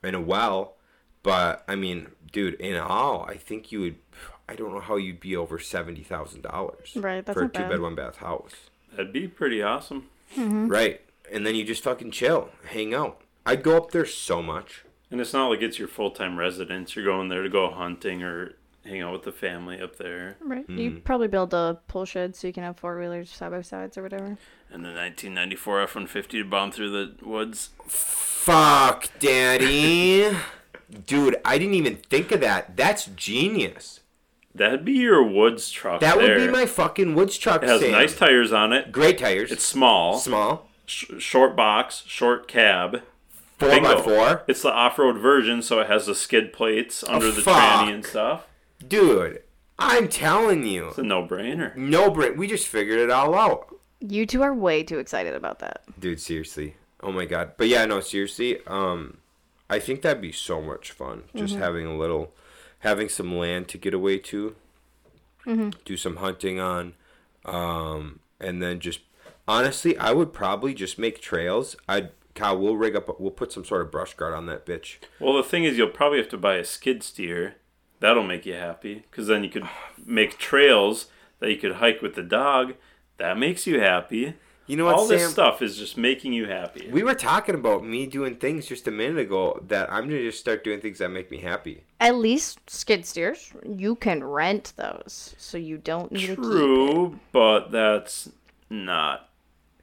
Speaker 1: in a well. But I mean, dude, in all, I think you would. I don't know how you'd be over seventy thousand dollars.
Speaker 2: Right, that's
Speaker 1: for a
Speaker 2: not
Speaker 1: two
Speaker 2: bad.
Speaker 1: bed one bath house.
Speaker 3: That'd be pretty awesome.
Speaker 2: Mm-hmm.
Speaker 1: Right, and then you just fucking chill, hang out. I'd go up there so much.
Speaker 3: And it's not like it's your full time residence. You're going there to go hunting or hang out with the family up there.
Speaker 2: Right. You probably build a pull shed so you can have four wheelers side by sides or whatever.
Speaker 3: And the 1994 F 150 to bomb through the woods.
Speaker 1: Fuck, daddy. Dude, I didn't even think of that. That's genius.
Speaker 3: That'd be your woods truck.
Speaker 1: That would
Speaker 3: there.
Speaker 1: be my fucking woods truck.
Speaker 3: It has
Speaker 1: Sam.
Speaker 3: nice tires on it.
Speaker 1: Great tires.
Speaker 3: It's small.
Speaker 1: small.
Speaker 3: Sh- short box, short cab.
Speaker 1: Four by
Speaker 3: Bingo.
Speaker 1: four. Oh,
Speaker 3: It's the off road version, so it has the skid plates under the
Speaker 1: fuck.
Speaker 3: tranny and stuff.
Speaker 1: Dude, I'm telling you.
Speaker 3: It's a no brainer.
Speaker 1: No brain. We just figured it all out.
Speaker 2: You two are way too excited about that.
Speaker 1: Dude, seriously. Oh my god. But yeah, no, seriously. Um I think that'd be so much fun. Just having a little having some land to get away to. Do some hunting on. Um and then just honestly, I would probably just make trails. I'd Kyle, we'll rig up we'll put some sort of brush guard on that bitch.
Speaker 3: Well, the thing is, you'll probably have to buy a skid steer. That'll make you happy because then you could make trails that you could hike with the dog. That makes you happy.
Speaker 1: You know what,
Speaker 3: All this
Speaker 1: Sam?
Speaker 3: stuff is just making you happy.
Speaker 1: We were talking about me doing things just a minute ago that I'm gonna just start doing things that make me happy.
Speaker 2: At least skid steers, you can rent those, so you don't need to keep.
Speaker 3: True, but that's not.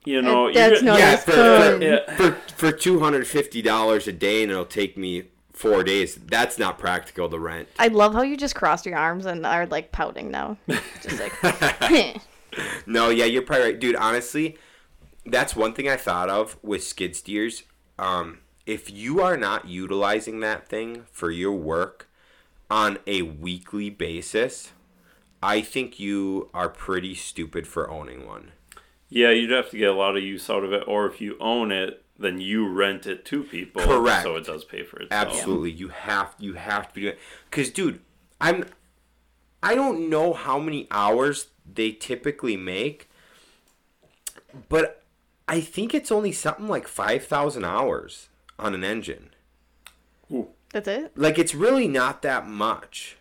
Speaker 3: You know,
Speaker 2: that's
Speaker 3: you're-
Speaker 2: not- Oh,
Speaker 1: yeah,
Speaker 2: that's
Speaker 1: for,
Speaker 2: fun.
Speaker 1: for,
Speaker 3: Yeah.
Speaker 1: for for two hundred fifty dollars a day, and it'll take me four days. That's not practical to rent.
Speaker 2: I love how you just crossed your arms and are like pouting now, just like.
Speaker 1: No, yeah, you're probably right, dude. Honestly, that's one thing I thought of with skid steers. Um, if you are not utilizing that thing for your work on a weekly basis, I think you are pretty stupid for owning one.
Speaker 3: Yeah, you'd have to get a lot of use out of it, or if you own it, then you rent it to people.
Speaker 1: Correct.
Speaker 3: So it does pay for itself.
Speaker 1: Absolutely, you have you have to be doing because, dude, I'm I don't know how many hours they typically make, but I think it's only something like five thousand hours on an engine.
Speaker 2: That's it.
Speaker 1: Like it's really not that much.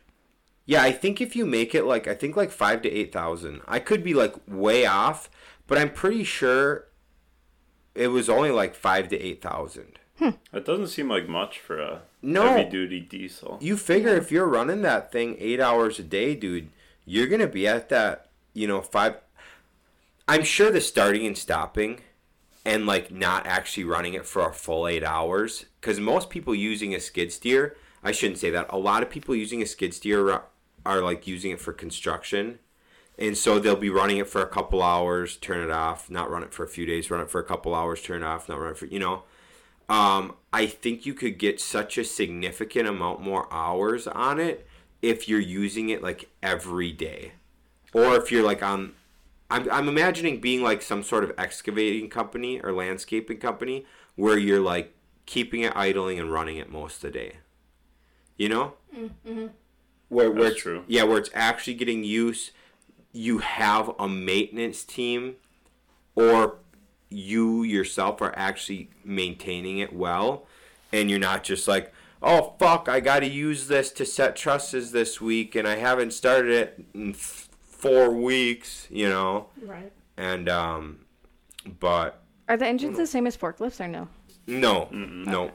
Speaker 1: Yeah, I think if you make it like I think like five to eight thousand, I could be like way off, but I'm pretty sure it was only like five to eight thousand.
Speaker 3: It doesn't seem like much for a
Speaker 1: No.
Speaker 3: heavy duty diesel.
Speaker 1: you figure if you're running that thing eight hours a day, dude, you're gonna be at that, you know, five. I'm sure the starting and stopping, and like not actually running it for a full eight hours, because most people using a skid steer, I shouldn't say that. A lot of people using a skid steer are, are like using it for construction, and so they'll be running it for a couple hours, turn it off, not run it for a few days, run it for a couple hours, turn it off, not run it for you know. Um, I think you could get such a significant amount more hours on it if you're using it like every day, or if you're like on. I'm, I'm imagining being like some sort of excavating company or landscaping company where you're like keeping it idling and running it most of the day. You know? Mm-hmm. Where, where
Speaker 3: That's
Speaker 1: it's-
Speaker 3: true.
Speaker 1: Yeah, where it's actually getting use. You have a maintenance team or you yourself are actually maintaining it well and you're not just like oh fuck i gotta use this to set trusses this week and i haven't started it in f- four weeks you know
Speaker 2: Right.
Speaker 1: and
Speaker 2: and
Speaker 1: um but
Speaker 2: Are the engines the same as forklifts or no?
Speaker 1: no no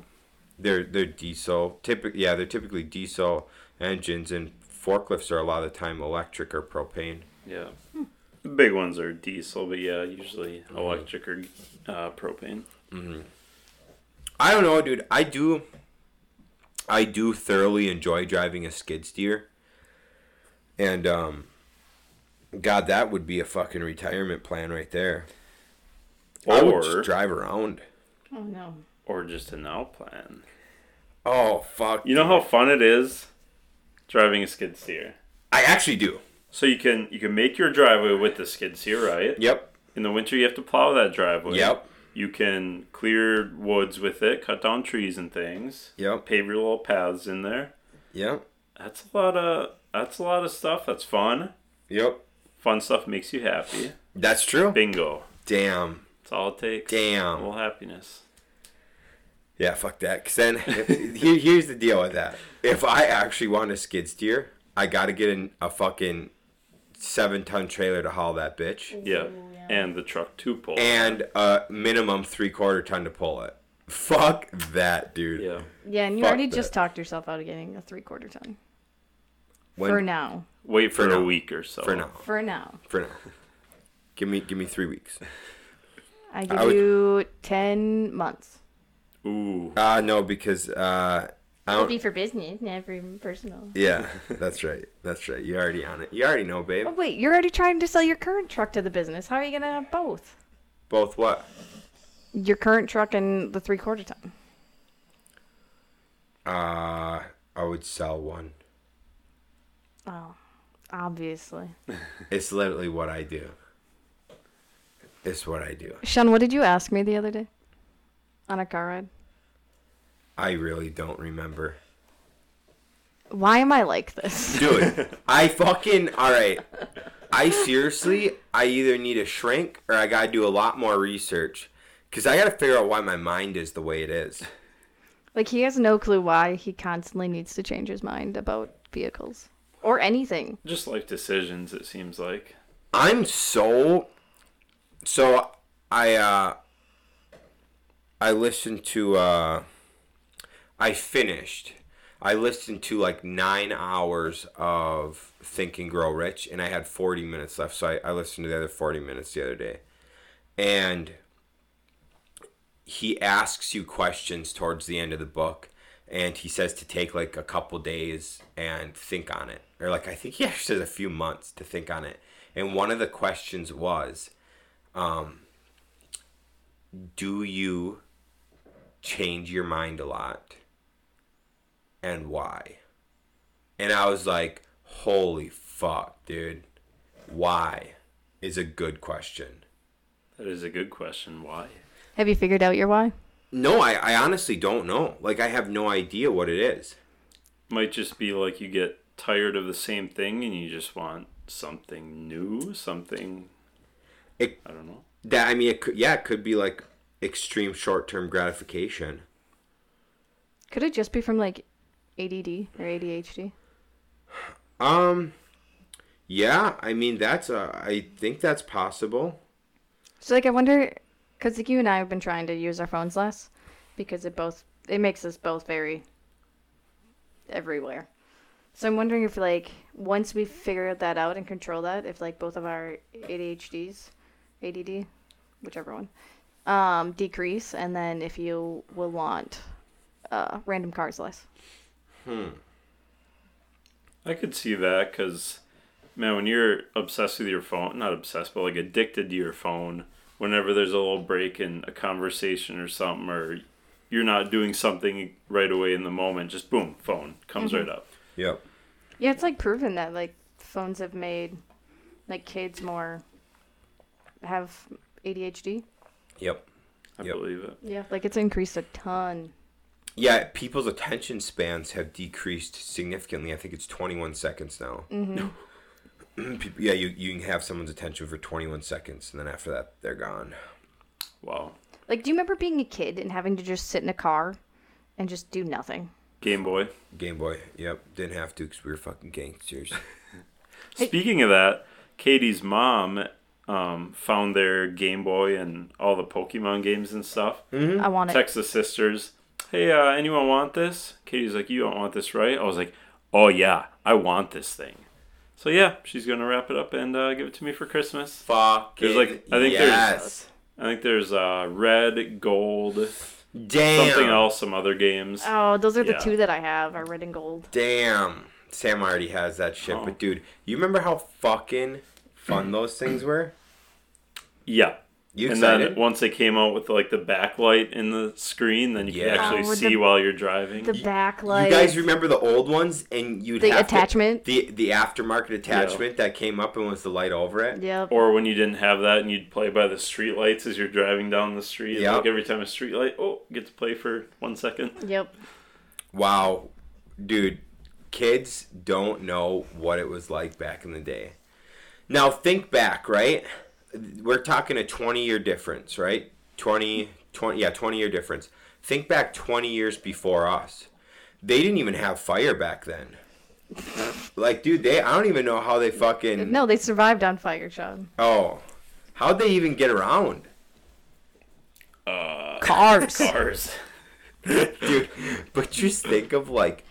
Speaker 1: they're they're diesel typically yeah they're typically diesel engines and forklifts are a lot of the time electric or propane
Speaker 3: Yeah. The big ones are diesel, but yeah, usually electric or uh, propane.
Speaker 1: I don't know, dude. I do. I do thoroughly enjoy driving a skid steer. And um, God, that would be a fucking retirement plan right there. I would
Speaker 3: Or
Speaker 1: just drive around.
Speaker 2: Oh no.
Speaker 3: or just a now plan.
Speaker 1: Oh fuck!
Speaker 3: You know how fun it is driving a skid steer.
Speaker 1: I actually do.
Speaker 3: So you can you can make your driveway with the skid steer, right?
Speaker 1: Yep.
Speaker 3: In the winter, you have to plow that driveway.
Speaker 1: Yep.
Speaker 3: You can clear woods with it, cut down trees and things.
Speaker 1: Yep.
Speaker 3: Pave your little paths in there.
Speaker 1: Yep.
Speaker 3: That's a lot of that's a lot of stuff. That's fun.
Speaker 1: Yep.
Speaker 3: Fun stuff makes you happy.
Speaker 1: That's true.
Speaker 3: Bingo.
Speaker 1: Damn.
Speaker 3: That's all it takes. A
Speaker 1: Damn.
Speaker 3: little happiness.
Speaker 1: Yeah, fuck that. Cause then if- here, here's the deal with that. If I actually want a skid steer, I gotta get in a fucking seven ton trailer to haul that bitch,
Speaker 3: Yeah. And the truck to pull.
Speaker 1: and a minimum three quarter ton to pull it. Fuck that, dude.
Speaker 3: yeah.
Speaker 2: Yeah, and you
Speaker 1: Fuck
Speaker 2: already
Speaker 1: that.
Speaker 2: just talked yourself out of getting a three quarter ton.
Speaker 1: When-
Speaker 2: For now.
Speaker 3: Wait for,
Speaker 1: For
Speaker 3: a
Speaker 1: now.
Speaker 3: week or so.
Speaker 1: For now.
Speaker 2: For now.
Speaker 1: For now. Give me give me three weeks.
Speaker 2: I give
Speaker 1: I would-
Speaker 2: you 10 months.
Speaker 3: Ooh.
Speaker 1: Uh no, because uh I don't.
Speaker 2: for business, never personal.
Speaker 1: Yeah, that's right. That's right. You already on it. You already know, babe.
Speaker 2: Oh, wait, you're already trying to sell your current truck to the business. How are you going to have both?
Speaker 1: Both what?
Speaker 2: Your current truck and the three quarter ton.
Speaker 1: Uh I would sell one.
Speaker 2: Oh, obviously.
Speaker 1: It's literally what I do. It's what I do.
Speaker 2: Sean, what did you ask me the other day? On a car ride?
Speaker 1: I really don't remember.
Speaker 2: Why am I like this?
Speaker 1: Dude, I fucking all right. I seriously, I either need a shrink or I gotta do a lot more research, cause I gotta figure out why my mind is the way it is.
Speaker 2: like, he has no clue why he constantly needs to change his mind about vehicles or anything.
Speaker 3: Just like decisions, it seems like.
Speaker 1: I'm so so I uh I listened to uh I finished I listened to like nine hours of Think and Grow Rich and I had forty minutes left, so I, I listened to the other forty minutes the other day. And he asks you questions towards the end of the book and he says to take like a couple days and think on it or like i think he actually says a few months to think on it and one of the questions was um, do you change your mind a lot and why and i was like holy fuck dude why is a good question
Speaker 3: That is a good question. Why?
Speaker 2: Have you figured out your why?
Speaker 1: No, I, I honestly don't know. Like, I have no idea what it is.
Speaker 3: Might just be like you get tired of the same thing and you just want something new, something
Speaker 1: It,
Speaker 3: I don't know.
Speaker 1: that I mean, it could, yeah, it could be like extreme short term gratification.
Speaker 2: Could it just be from like ADD or ADHD?
Speaker 1: Um, yeah, I mean, that's a, I think that's possible.
Speaker 2: So like I wonder, because like you and I have been trying to use our phones less, because it both it makes us both very everywhere. So I'm wondering if like once we figure that out and control that, if like both of our ADHDs, ADD, whichever one, um, decrease, and then if you will want uh, random cars less.
Speaker 3: I could see that because, man, when you're obsessed with your phone, not obsessed, but like addicted to your phone, whenever there's a little break in a conversation or something, or you're not doing something right away in the moment, just boom, phone comes right up.
Speaker 1: Yep.
Speaker 2: Yeah, it's like proven that like phones have made like kids more have ADHD.
Speaker 1: Yep.
Speaker 3: I
Speaker 1: Yep.
Speaker 3: believe it.
Speaker 2: Yeah, like it's increased a ton.
Speaker 1: Yeah, people's attention spans have decreased significantly. I think it's 21 seconds now. Peop- yeah, you, you can have someone's attention for 21 seconds, and then after that, they're gone.
Speaker 3: Wow.
Speaker 2: Like, do you remember being a kid and having to just sit in a car and just do nothing?
Speaker 3: Game Boy.
Speaker 1: Game Boy. Yep. Didn't have to because we were fucking gangsters.
Speaker 3: Speaking of that, Katie's mom um, found their Game Boy and all the Pokemon games and stuff.
Speaker 2: I want it.
Speaker 3: Mm-hmm. Text the sisters, hey, uh, anyone want this? Katie's like, you don't want this, right? I was like, oh yeah, I want this thing. So yeah, she's gonna wrap it up and uh, give it to me for Christmas.
Speaker 1: Fucking
Speaker 3: There's like- I think there's-
Speaker 1: yes.
Speaker 3: I think there's uh, red, gold,
Speaker 1: Damn.
Speaker 3: something else, some other games.
Speaker 2: Oh, those are the
Speaker 3: Yeah.
Speaker 2: two that I have: are red and gold.
Speaker 1: Damn. Sam already has that shit.
Speaker 3: Oh.
Speaker 1: But dude, you remember how fucking fun those things were?
Speaker 3: Yeah,
Speaker 1: You
Speaker 3: and
Speaker 1: excited?
Speaker 3: then once they came out with like the backlight in the screen, then you
Speaker 1: Yeah.
Speaker 3: can actually
Speaker 2: Oh, with
Speaker 3: see
Speaker 2: the-
Speaker 3: while you're driving.
Speaker 2: The backlight.
Speaker 1: you guys remember the old ones and you'd
Speaker 2: The
Speaker 1: have to-
Speaker 2: attachment?
Speaker 1: the the aftermarket attachment that came up and was the light over it.
Speaker 2: Yep.
Speaker 3: or when you didn't have that and you'd play by the street lights as you're driving down the street.
Speaker 1: Yeah.
Speaker 3: Like every time a street light, oh, get to play for one second.
Speaker 2: Yep.
Speaker 1: Wow, dude, kids don't know what it was like back in the day. Now think back, right? We're talking a 20 year difference, right? 20, 20 yeah, 20 year difference. Think back 20 years before us. They didn't even have fire back then. like, dude, they I don't even know how they fucking
Speaker 2: No, they survived on fire, Sean.
Speaker 1: Oh. How'd they even get around?
Speaker 3: Uh,
Speaker 2: Cars.
Speaker 3: cars.
Speaker 1: dude. But just think of like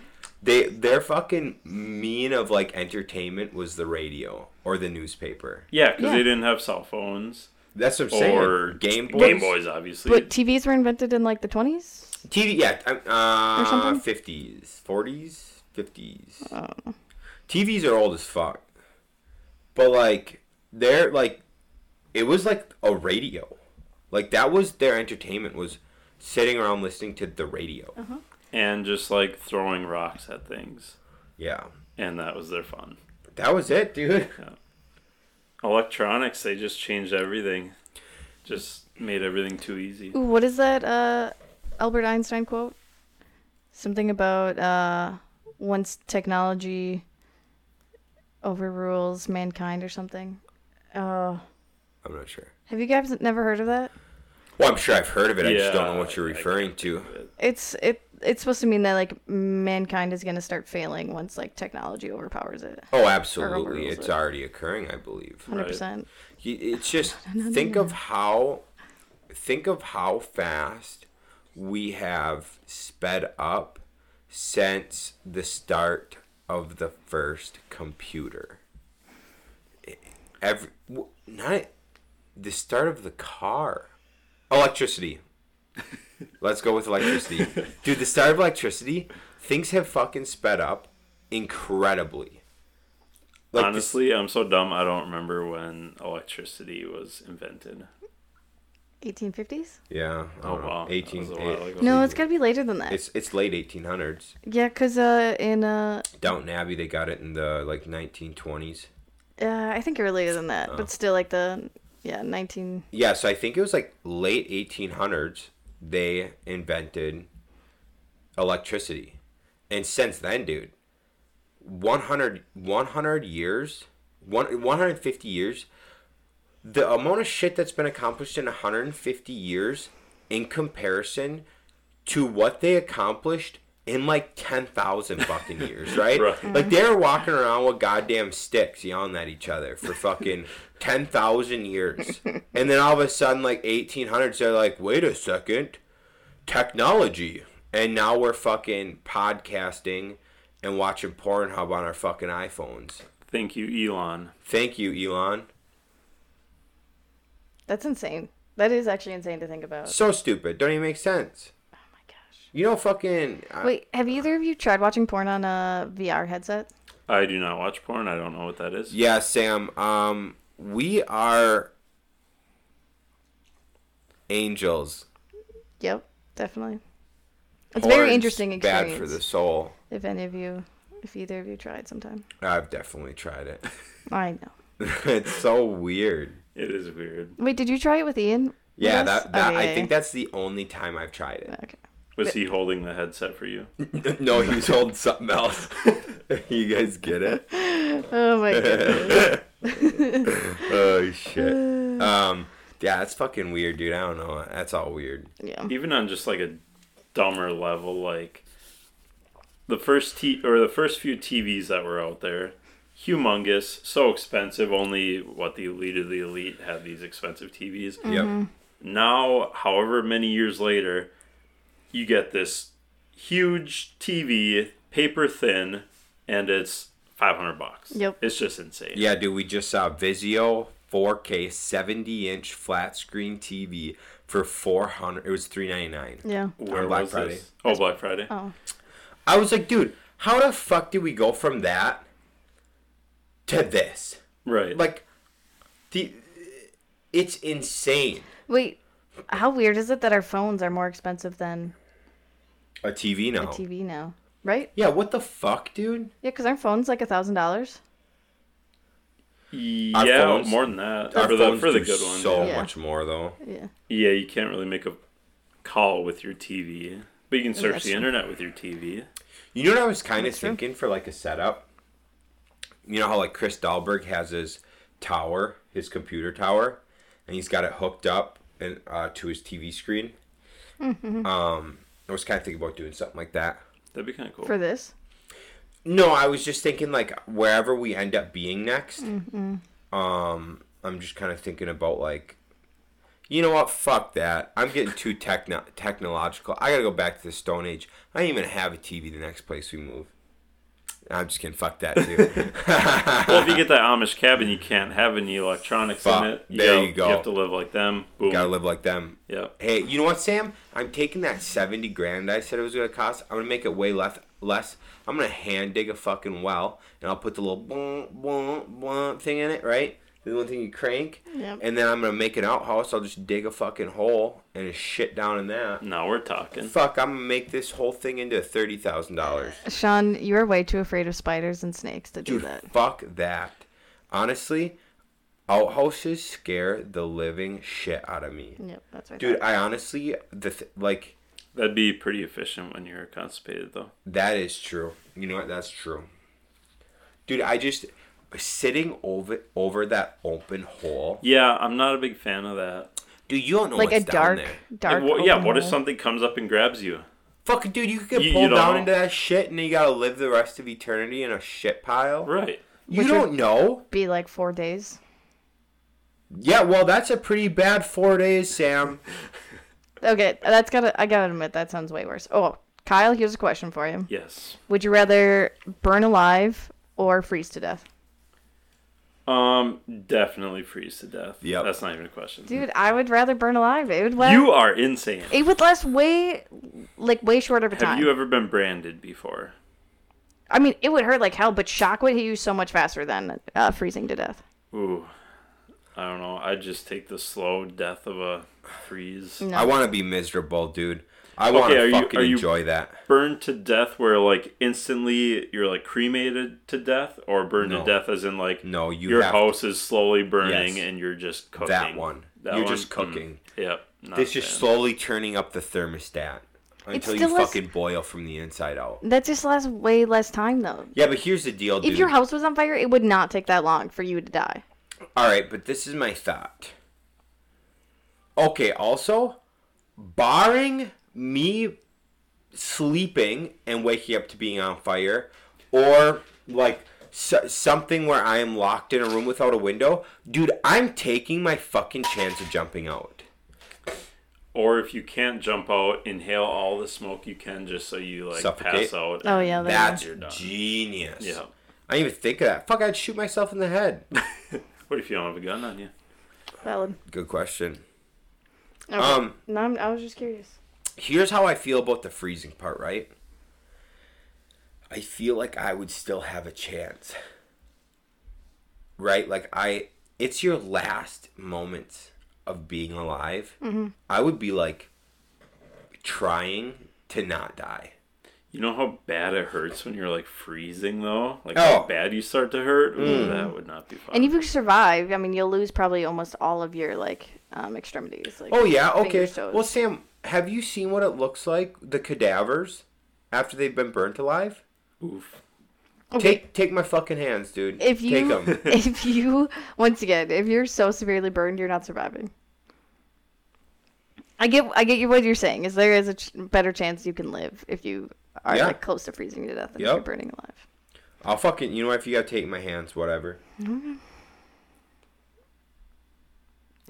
Speaker 1: they their fucking mean of like entertainment was the radio or the newspaper.
Speaker 3: Yeah, because
Speaker 2: Yeah.
Speaker 3: they didn't have cell phones
Speaker 1: That's what I'm saying.
Speaker 3: or
Speaker 1: Game Boys,
Speaker 3: Game Boys, obviously.
Speaker 2: but TVs were invented in like the 20s?
Speaker 1: TV,
Speaker 2: Or
Speaker 1: yeah,
Speaker 2: something?
Speaker 1: uh, fifties, forties, fifties.
Speaker 2: Oh.
Speaker 1: TVs are old as fuck, but like they're like it was like a radio, like that was their entertainment was sitting around listening to the radio.
Speaker 2: Uh-huh.
Speaker 3: and just like throwing rocks at things,
Speaker 1: Yeah,
Speaker 3: and that was their fun.
Speaker 1: that was it, dude.
Speaker 3: Electronics, they just changed everything. Just made everything too easy.
Speaker 2: Ooh, what is that uh, Albert Einstein quote? Something about uh, once technology overrules mankind or something. Oh.
Speaker 1: I'm not sure.
Speaker 2: Have you guys never heard of that?
Speaker 1: Well, I'm sure I've heard of it. I just don't know
Speaker 3: Yeah,
Speaker 1: what you're
Speaker 3: I- I
Speaker 1: referring to.
Speaker 2: It's it it's supposed to mean that like mankind is gonna start failing once like technology overpowers it.
Speaker 1: Oh, absolutely.
Speaker 2: overrules
Speaker 1: It's
Speaker 2: it.
Speaker 1: already occurring, I believe.
Speaker 2: Hundred percent.
Speaker 1: Y- It's just think of how think of how fast we have sped up since the start of the first computer. Every w- not the start of the car. Electricity. Let's go with electricity. Dude, the start of electricity, things have fucking sped up incredibly. Like this-
Speaker 3: Honestly, I'm so dumb. I don't remember when electricity was invented.
Speaker 2: Eighteen fifties?
Speaker 1: Yeah. I
Speaker 3: Oh,
Speaker 1: don't know.
Speaker 3: wow. That
Speaker 1: 18,
Speaker 3: was a while
Speaker 1: eight-
Speaker 3: ago.
Speaker 2: No, it's gotta be later than that.
Speaker 1: It's it's late 1800s.
Speaker 2: Yeah, cause uh in uh,
Speaker 1: Downton Abbey, they got it in the like 1920s.
Speaker 2: uh I think you're later than that,
Speaker 1: Oh.
Speaker 2: but still like the yeah nineteen.
Speaker 1: Yeah, so I think it was like late 1800s they invented electricity. And since then, dude, 100, 100 years, one, 150 years, the amount of shit that's been accomplished in 150 years in comparison to what they accomplished in like 10,000 fucking years, right?
Speaker 3: Right.
Speaker 1: Like they were walking around with goddamn sticks yelling at each other for fucking 10,000 years. And then all of a sudden, like 1800s, they're like, wait a second, technology. And now we're fucking podcasting and watching Pornhub on our fucking iPhones.
Speaker 3: Thank you, Elon.
Speaker 1: Thank you, Elon.
Speaker 2: That's insane. That is actually insane to think about.
Speaker 1: So stupid. Don't even make sense.
Speaker 2: Oh my gosh.
Speaker 1: You know, fucking. uh, I-
Speaker 2: Wait, have either of you tried watching porn on a VR headset?
Speaker 3: I do not watch porn. I don't know what that is.
Speaker 1: yeah, Sam. Um, we are angels.
Speaker 2: Yep, definitely. It's
Speaker 1: Porn's
Speaker 2: very interesting experience.
Speaker 1: Bad for the soul.
Speaker 2: If any of you, if either of you tried sometime,
Speaker 1: I've definitely tried it.
Speaker 2: I know.
Speaker 1: it's so weird.
Speaker 3: It is weird.
Speaker 2: Wait, did you try it with Ian? with
Speaker 1: Yeah,
Speaker 2: us?
Speaker 1: that, that I
Speaker 2: Okay.
Speaker 1: think that's the only time I've tried it.
Speaker 2: Okay.
Speaker 3: Was he holding the headset for you?
Speaker 1: no, he was holding something else. you guys get it?
Speaker 2: Oh my goodness.
Speaker 1: Oh shit. Um, yeah, that's fucking weird, dude. I don't know. That's all weird.
Speaker 2: yeah.
Speaker 3: Even on just like a dumber level, like the first t or the first few TVs that were out there, humongous, so expensive. Only what the elite of the elite had these expensive TVs.
Speaker 2: Mm-hmm.
Speaker 1: Yep.
Speaker 3: now, however many years later, you get this huge TV, paper thin, and it's 500 bucks.
Speaker 2: Yep.
Speaker 3: It's just insane.
Speaker 1: Yeah, dude, we just saw Vizio 4K 70 inch flat screen TV for 400. It was 399.
Speaker 2: Yeah.
Speaker 3: Where
Speaker 1: On Black
Speaker 3: was
Speaker 1: Friday.
Speaker 3: this? Oh, Black Friday.
Speaker 2: Oh.
Speaker 1: I was like, dude, how the fuck did we go from that to this?
Speaker 3: Right.
Speaker 1: Like, the It's insane.
Speaker 2: Wait, how weird is it that our phones are more expensive than
Speaker 1: A TV now.
Speaker 2: a TV now? Right?
Speaker 1: Yeah, what the fuck, dude?
Speaker 2: Yeah, because our phone's like a thousand dollars.
Speaker 1: Our
Speaker 3: Yeah,
Speaker 1: phones-
Speaker 3: more than that
Speaker 1: Our
Speaker 3: for the
Speaker 1: phones
Speaker 3: for the
Speaker 1: do
Speaker 3: good one.
Speaker 1: So
Speaker 3: yeah.
Speaker 2: yeah.
Speaker 1: much more though.
Speaker 2: Yeah.
Speaker 3: Yeah, you can't really make a call with your TV, but you can search
Speaker 2: that's
Speaker 3: the
Speaker 2: true.
Speaker 3: internet with your TV.
Speaker 1: You know what I was kind of
Speaker 2: That's true.
Speaker 1: thinking for like a setup? You know how like Chris Dahlberg has his tower, his computer tower, and he's got it hooked up and uh, to his TV screen.
Speaker 2: Mm-hmm.
Speaker 1: um, I was kind of thinking about doing something like that.
Speaker 3: That'd be kind of cool.
Speaker 2: For this?
Speaker 1: No, I was just thinking like wherever we end up being next. Um, I'm just kind of thinking about like, you know what? Fuck that. I'm getting too techno- technological. I gotta go back to the Stone Age. I ain't even have a TV the next place we move. I'm just kidding. Fuck that too.
Speaker 3: well, if you get that Amish cabin, you can't have any electronics
Speaker 1: Fuck,
Speaker 3: in it.
Speaker 1: there
Speaker 3: gotta-
Speaker 1: you go.
Speaker 3: You have to live like them. Boom.
Speaker 1: gotta live like them.
Speaker 3: Yep.
Speaker 1: Hey, you know what, Sam? I'm taking that seventy grand I said it was gonna cost. I'm gonna make it way less. Less. I'm gonna hand dig a fucking well, and I'll put the little boom, boom, boom thing in it, right? The one thing you crank,
Speaker 2: Yep.
Speaker 1: and then I'm gonna make an outhouse. I'll just dig a fucking hole and just shit down in that.
Speaker 3: Now we're talking.
Speaker 1: Fuck, I'm gonna make this whole thing into thirty thousand dollars,
Speaker 2: Sean, you're way too afraid of spiders and snakes to do
Speaker 1: dude.
Speaker 2: that.
Speaker 1: Fuck that. Honestly, outhouses scare the living shit out of me,
Speaker 2: Yep, that's right.
Speaker 1: dude. I honestly, the th- like.
Speaker 3: That'd be pretty efficient when you're constipated, though.
Speaker 1: That is true. You know what? That's true. Dude, I just sitting over over that open hole.
Speaker 3: Yeah, I'm not a big fan of that.
Speaker 1: Dude, you don't know
Speaker 2: Like a
Speaker 1: what's down
Speaker 2: dark,
Speaker 1: there.
Speaker 2: dark.
Speaker 3: Like, what- yeah.
Speaker 2: open
Speaker 3: What if
Speaker 2: hole.
Speaker 3: something comes up and grabs you?
Speaker 1: Fuck, dude, you could get
Speaker 3: You- you
Speaker 1: pulled
Speaker 3: don't
Speaker 1: down
Speaker 3: know.
Speaker 1: into that shit, and you gotta live the rest of eternity in a shit pile.
Speaker 3: Right.
Speaker 1: You
Speaker 2: Which
Speaker 1: don't know.
Speaker 2: be like four days?
Speaker 1: Yeah, well, that's a pretty bad four days, Sam.
Speaker 2: Okay, that's gotta. I gotta admit that sounds way worse. Oh, Kyle, here's a question for you.
Speaker 3: Yes.
Speaker 2: Would you rather burn alive or freeze to death?
Speaker 3: Um. Definitely freeze to death.
Speaker 1: Yep.
Speaker 3: That's not even a question.
Speaker 2: Dude, I would rather burn alive. It would last.
Speaker 3: you are insane.
Speaker 2: It would last way, like way shorter of a
Speaker 3: Have
Speaker 2: time.
Speaker 3: you ever been branded before?
Speaker 2: I mean, it would hurt like hell, but shock would hit you so much faster than uh, freezing to death.
Speaker 3: Ooh. I don't know. I'd just take the slow death of a freeze.
Speaker 2: No.
Speaker 1: I want to be miserable, dude. I want to
Speaker 3: are you-
Speaker 1: fucking
Speaker 3: are you-
Speaker 1: enjoy that.
Speaker 3: Burned to death where like instantly you're like cremated to death or burned
Speaker 1: No.
Speaker 3: to death as in like
Speaker 1: No, you
Speaker 3: your
Speaker 1: have
Speaker 3: house is slowly burning
Speaker 1: Yes.
Speaker 3: and you're just cooking.
Speaker 1: that one.
Speaker 3: That
Speaker 1: You're
Speaker 3: one?
Speaker 1: just cooking.
Speaker 3: Mm. Yep. not
Speaker 1: This
Speaker 3: a
Speaker 1: is
Speaker 3: fan.
Speaker 1: slowly turning up the thermostat until you
Speaker 2: still is-
Speaker 1: fucking boil from the inside out.
Speaker 2: That just lasts way less time though.
Speaker 1: Yeah, but here's the deal, dude.
Speaker 2: If your house was on fire, it would not take that long for you to die.
Speaker 1: All right, but this is my thought. Okay, also, barring me sleeping and waking up to being on fire, or like so- something where I am locked in a room without a window, dude, I'm taking my fucking chance of jumping out.
Speaker 3: Or if you can't jump out, inhale all the smoke you can just so you like
Speaker 1: Suffocate.
Speaker 3: pass out.
Speaker 2: Oh
Speaker 3: and-
Speaker 2: yeah, that-
Speaker 1: That's
Speaker 3: You're done.
Speaker 1: genius.
Speaker 3: Yeah.
Speaker 1: I didn't even think of that. Fuck, I'd shoot myself in the head.
Speaker 3: What if you don't have a gun on you?
Speaker 2: valid.
Speaker 1: Good question.
Speaker 2: Okay.
Speaker 1: Um,
Speaker 2: no, I'm, I was just curious.
Speaker 1: here's how I feel about the freezing part, right? I feel like I would still have a chance. Right? Like I it's your last moments of being alive.
Speaker 2: Mm-hmm.
Speaker 1: I would be like trying to not die.
Speaker 3: You know how bad it hurts when you're like freezing though? Like
Speaker 1: Oh. Mm.
Speaker 3: how bad you start to hurt? Ooh, That would not be fun.
Speaker 2: And if you survive, I mean, you'll lose probably almost all of your like um, extremities. Like,
Speaker 1: Oh yeah, okay.
Speaker 2: fingers, toes.
Speaker 1: Well, Sam, have you seen what it looks like the cadavers after they've been burnt alive?
Speaker 3: Oof. Oh,
Speaker 1: Take take my fucking hands, dude.
Speaker 2: if
Speaker 1: take
Speaker 2: you,
Speaker 1: 'em.
Speaker 2: if you, once again, if you're so severely burned, you're not surviving. I get, I get you what you're saying. Is there is a ch- better chance you can live if you are
Speaker 1: Yeah.
Speaker 2: like close to freezing to death and
Speaker 1: Yep.
Speaker 2: you're burning alive.
Speaker 1: I'll fucking you know what, if you got to take my hands, whatever.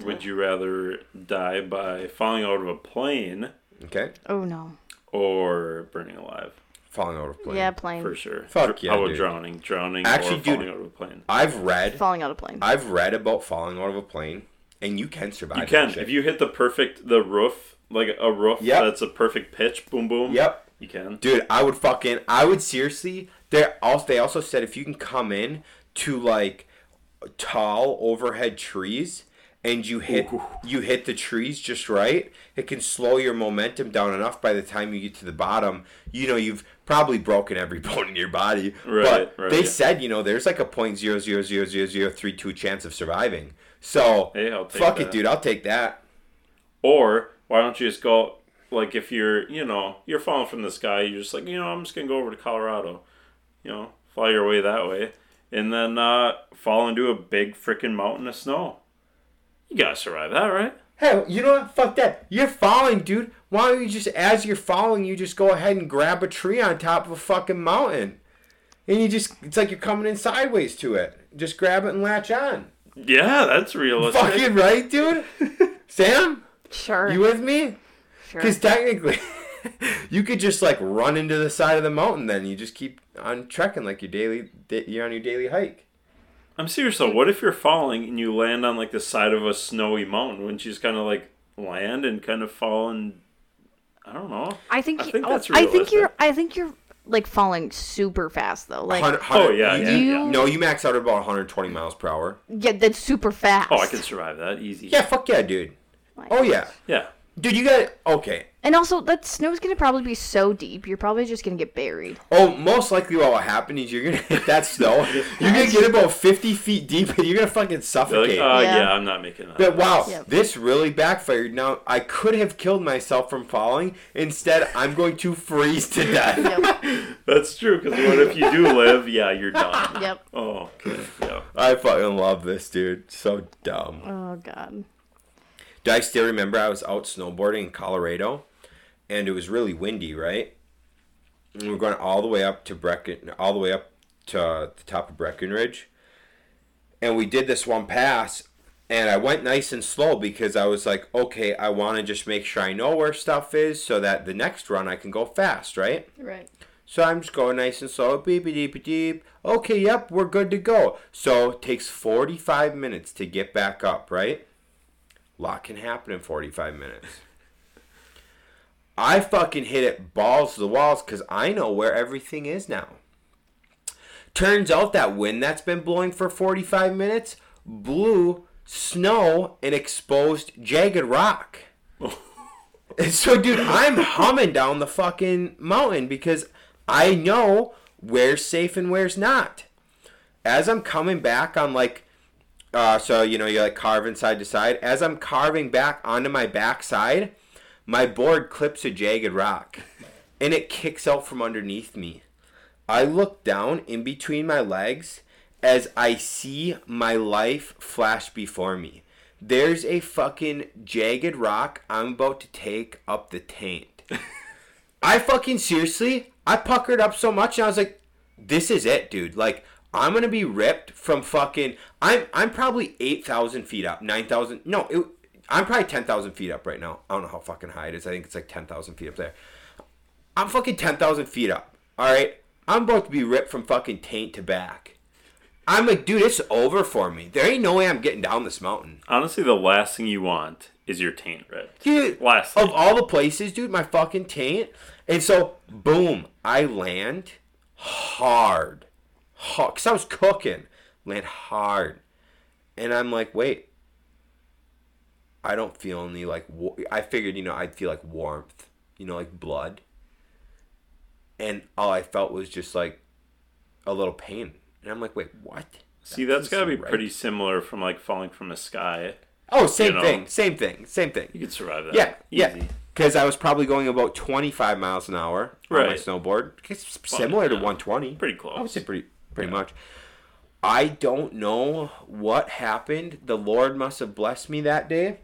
Speaker 3: Would you rather die by falling out of a plane
Speaker 1: Okay?
Speaker 2: Oh no.
Speaker 3: or burning alive?
Speaker 1: Falling out of plane.
Speaker 2: Yeah, plane.
Speaker 3: For sure.
Speaker 1: Fuck
Speaker 3: Dr-
Speaker 1: yeah,
Speaker 3: How about
Speaker 1: dude.
Speaker 3: drowning? Drowning
Speaker 1: Actually,
Speaker 3: or
Speaker 1: dude-
Speaker 3: falling out of a plane?
Speaker 1: I've read
Speaker 2: Falling out of plane.
Speaker 1: I've read about falling out of a plane and you can survive.
Speaker 3: You
Speaker 1: that
Speaker 3: can.
Speaker 1: shit.
Speaker 3: If you hit the perfect, the roof, like a roof
Speaker 1: Yep.
Speaker 3: that's a perfect pitch, boom, boom.
Speaker 1: Yep.
Speaker 3: You can.
Speaker 1: Dude, I would fucking I would seriously they also they also said if you can come in to like tall overhead trees and you hit you hit the trees just right, it can slow your momentum down enough by the time you get to the bottom, you know you've probably broken every bone in your body.
Speaker 3: Right,
Speaker 1: but
Speaker 3: right,
Speaker 1: they
Speaker 3: yeah.
Speaker 1: said, you know, there's like a point zero zero zero zero zero three two chance of surviving. So
Speaker 3: Hey, I'll take
Speaker 1: fuck it,
Speaker 3: that.
Speaker 1: dude, I'll take that.
Speaker 3: Or why don't you just go like if you're you know you're falling from the sky, you're just like you know I'm just gonna go over to Colorado, you know, fly your way that way, and then uh, fall into a big freaking mountain of snow. You gotta survive that, right?
Speaker 1: Hey, you know what? Fuck that. You're falling, dude. Why don't you just, as you're falling, you just go ahead and grab a tree on top of a fucking mountain? And you just, it's like you're coming in sideways to it. Just grab it and latch on.
Speaker 3: Yeah, that's realistic.
Speaker 1: Fucking right, dude. Sam,
Speaker 2: Sure.
Speaker 1: you with me?
Speaker 2: sure.
Speaker 1: Because technically, you could just like run into the side of the mountain. Then you just keep on trekking like your daily, da- you're on your daily hike.
Speaker 3: I'm serious though. What if you're falling and you land on like the side of a snowy mountain? Wouldn't you just kind of like land and kind of fall and I don't know.
Speaker 2: I think.
Speaker 3: I
Speaker 2: you-
Speaker 3: think
Speaker 2: oh,
Speaker 3: that's
Speaker 2: I think you're.
Speaker 3: realistic.
Speaker 2: I think you're like falling super fast though. Like
Speaker 1: Hundred- hundred-
Speaker 3: Oh, yeah,
Speaker 1: you-
Speaker 3: yeah,
Speaker 2: yeah.
Speaker 1: No, you max out at about 120 miles per hour.
Speaker 2: yeah, that's super fast.
Speaker 3: Oh, I can survive that easy.
Speaker 1: Yeah, fuck yeah, dude. Oh yeah,
Speaker 3: Yeah.
Speaker 1: dude, you got okay.
Speaker 2: And also, that snow's gonna probably be so deep, you're probably just gonna get buried.
Speaker 1: Oh, most likely what will happen is you're gonna hit that snow. You're gonna get about fifty feet deep, and you're gonna fucking
Speaker 3: You're
Speaker 1: suffocate.
Speaker 3: Like, uh,
Speaker 2: Yeah.
Speaker 3: yeah. I'm not making that.
Speaker 1: but wow,
Speaker 2: Yep.
Speaker 1: this really backfired. Now I could have killed myself from falling. Instead, I'm going to freeze to death.
Speaker 3: That's true. Because what if you do live? Yeah, you're done.
Speaker 2: Yep.
Speaker 3: Oh, okay. Yeah.
Speaker 1: I fucking love this, dude. So dumb.
Speaker 2: Oh god.
Speaker 1: Do I still remember I was out snowboarding in Colorado, and it was really windy, right? And we were going all the way up to Brecken, all the way up to the top of Breckenridge, and we did this one pass, and I went nice and slow because I was like, okay, I want to just make sure I know where stuff is so that the next run I can go fast, right?
Speaker 2: Right.
Speaker 1: So I'm just going nice and slow. Beep, beep, beep, beep. Okay, yep, we're good to go. So it takes 45 minutes to get back up, right? A lot can happen in 45 minutes. I fucking hit it balls to the walls because I know where everything is now. Turns out that wind that's been blowing for 45 minutes blew snow and exposed jagged rock. And so, dude, I'm humming down the fucking mountain because I know where's safe and where's not. As I'm coming back, I'm like, uh, so you know, you're like carving side to side. As I'm carving back onto my backside, my board clips a jagged rock, and it kicks out from underneath me. I look down in between my legs as I see my life flash before me. There's a fucking jagged rock I'm about to take up the taint. I fucking seriously, I puckered up so much and I was like, this is it, dude. Like, I'm gonna be ripped from fucking. I'm I'm probably eight thousand feet up, nine thousand. No, it, I'm probably ten thousand feet up right now. I don't know how fucking high it is. I think it's like ten thousand feet up there. I'm fucking 10,000 feet up. All right. I'm about to be ripped from fucking taint to back. I'm like, dude, it's over for me. There ain't no way I'm getting down this mountain.
Speaker 3: Honestly, the last thing you want is your taint ripped.
Speaker 1: Dude,
Speaker 3: Last
Speaker 1: of
Speaker 3: thing.
Speaker 1: all the places, dude, my fucking taint. And so, boom, I land hard. Hard. Because I was cooking. Land hard. And I'm like, wait. I don't feel any, like, wa- I figured, you know, I'd feel like warmth, you know, like blood. And all I felt was just like a little pain. And I'm like, wait, what?
Speaker 3: See, that's
Speaker 1: That
Speaker 3: gotta be
Speaker 1: doesn't seem right.
Speaker 3: pretty similar from like falling from a sky.
Speaker 1: Oh, same
Speaker 3: you know.
Speaker 1: thing. Same thing. Same thing.
Speaker 3: You could survive that.
Speaker 1: Yeah, yeah.
Speaker 3: Easy.
Speaker 1: Because I was probably going about 25 miles an hour on my
Speaker 3: Right.
Speaker 1: snowboard. It's similar to
Speaker 3: yeah.
Speaker 1: 120.
Speaker 3: Pretty close.
Speaker 1: I would say pretty, pretty much. I don't know what happened. The Lord must have blessed me that day.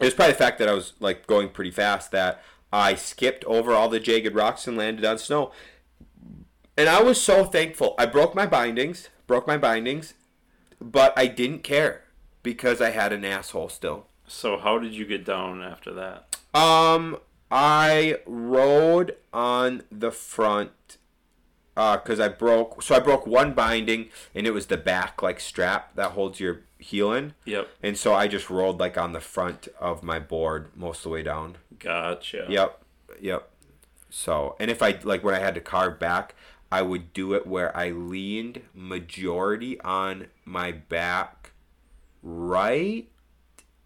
Speaker 1: It was probably the fact that I was like going pretty fast that I skipped over all the jagged rocks and landed on snow. And I was so thankful. I broke my bindings, broke my bindings, but I didn't care because I had an asshole still.
Speaker 3: So how did you get down after that?
Speaker 1: Um, I rode on the front, uh, cause I broke. So I broke one binding, and it was the back like strap that holds your heel in.
Speaker 3: Yep.
Speaker 1: And so I just rolled like on the front of my board most of the way down.
Speaker 3: Gotcha.
Speaker 1: Yep, yep. So, and if I like when I had to carve back, I would do it where I leaned majority on my back, right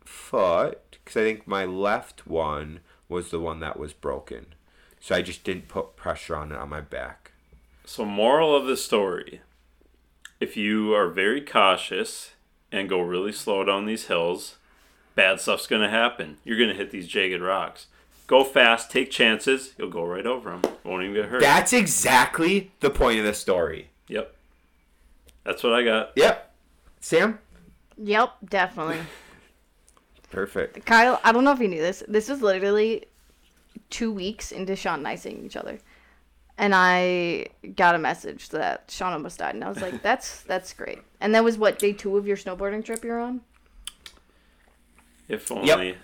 Speaker 1: foot because I think my left one was the one that was broken. So I just didn't put pressure on it on my back.
Speaker 3: So, moral of the story if you are very cautious and go really slow down these hills, bad stuff's going to happen. You're going to hit these jagged rocks. Go fast, take chances, you'll go right over them. Won't even get hurt.
Speaker 1: That's exactly the point of the story.
Speaker 3: yep. That's what I got.
Speaker 1: Yep. Sam?
Speaker 2: Yep, definitely.
Speaker 1: Perfect.
Speaker 2: Kyle, I don't know if you knew this. This was literally two weeks into Sean and I seeing each other. And I got a message that Sean almost died. And I was like, that's that's great. And that was what, day two of your snowboarding trip you're on?
Speaker 3: If only.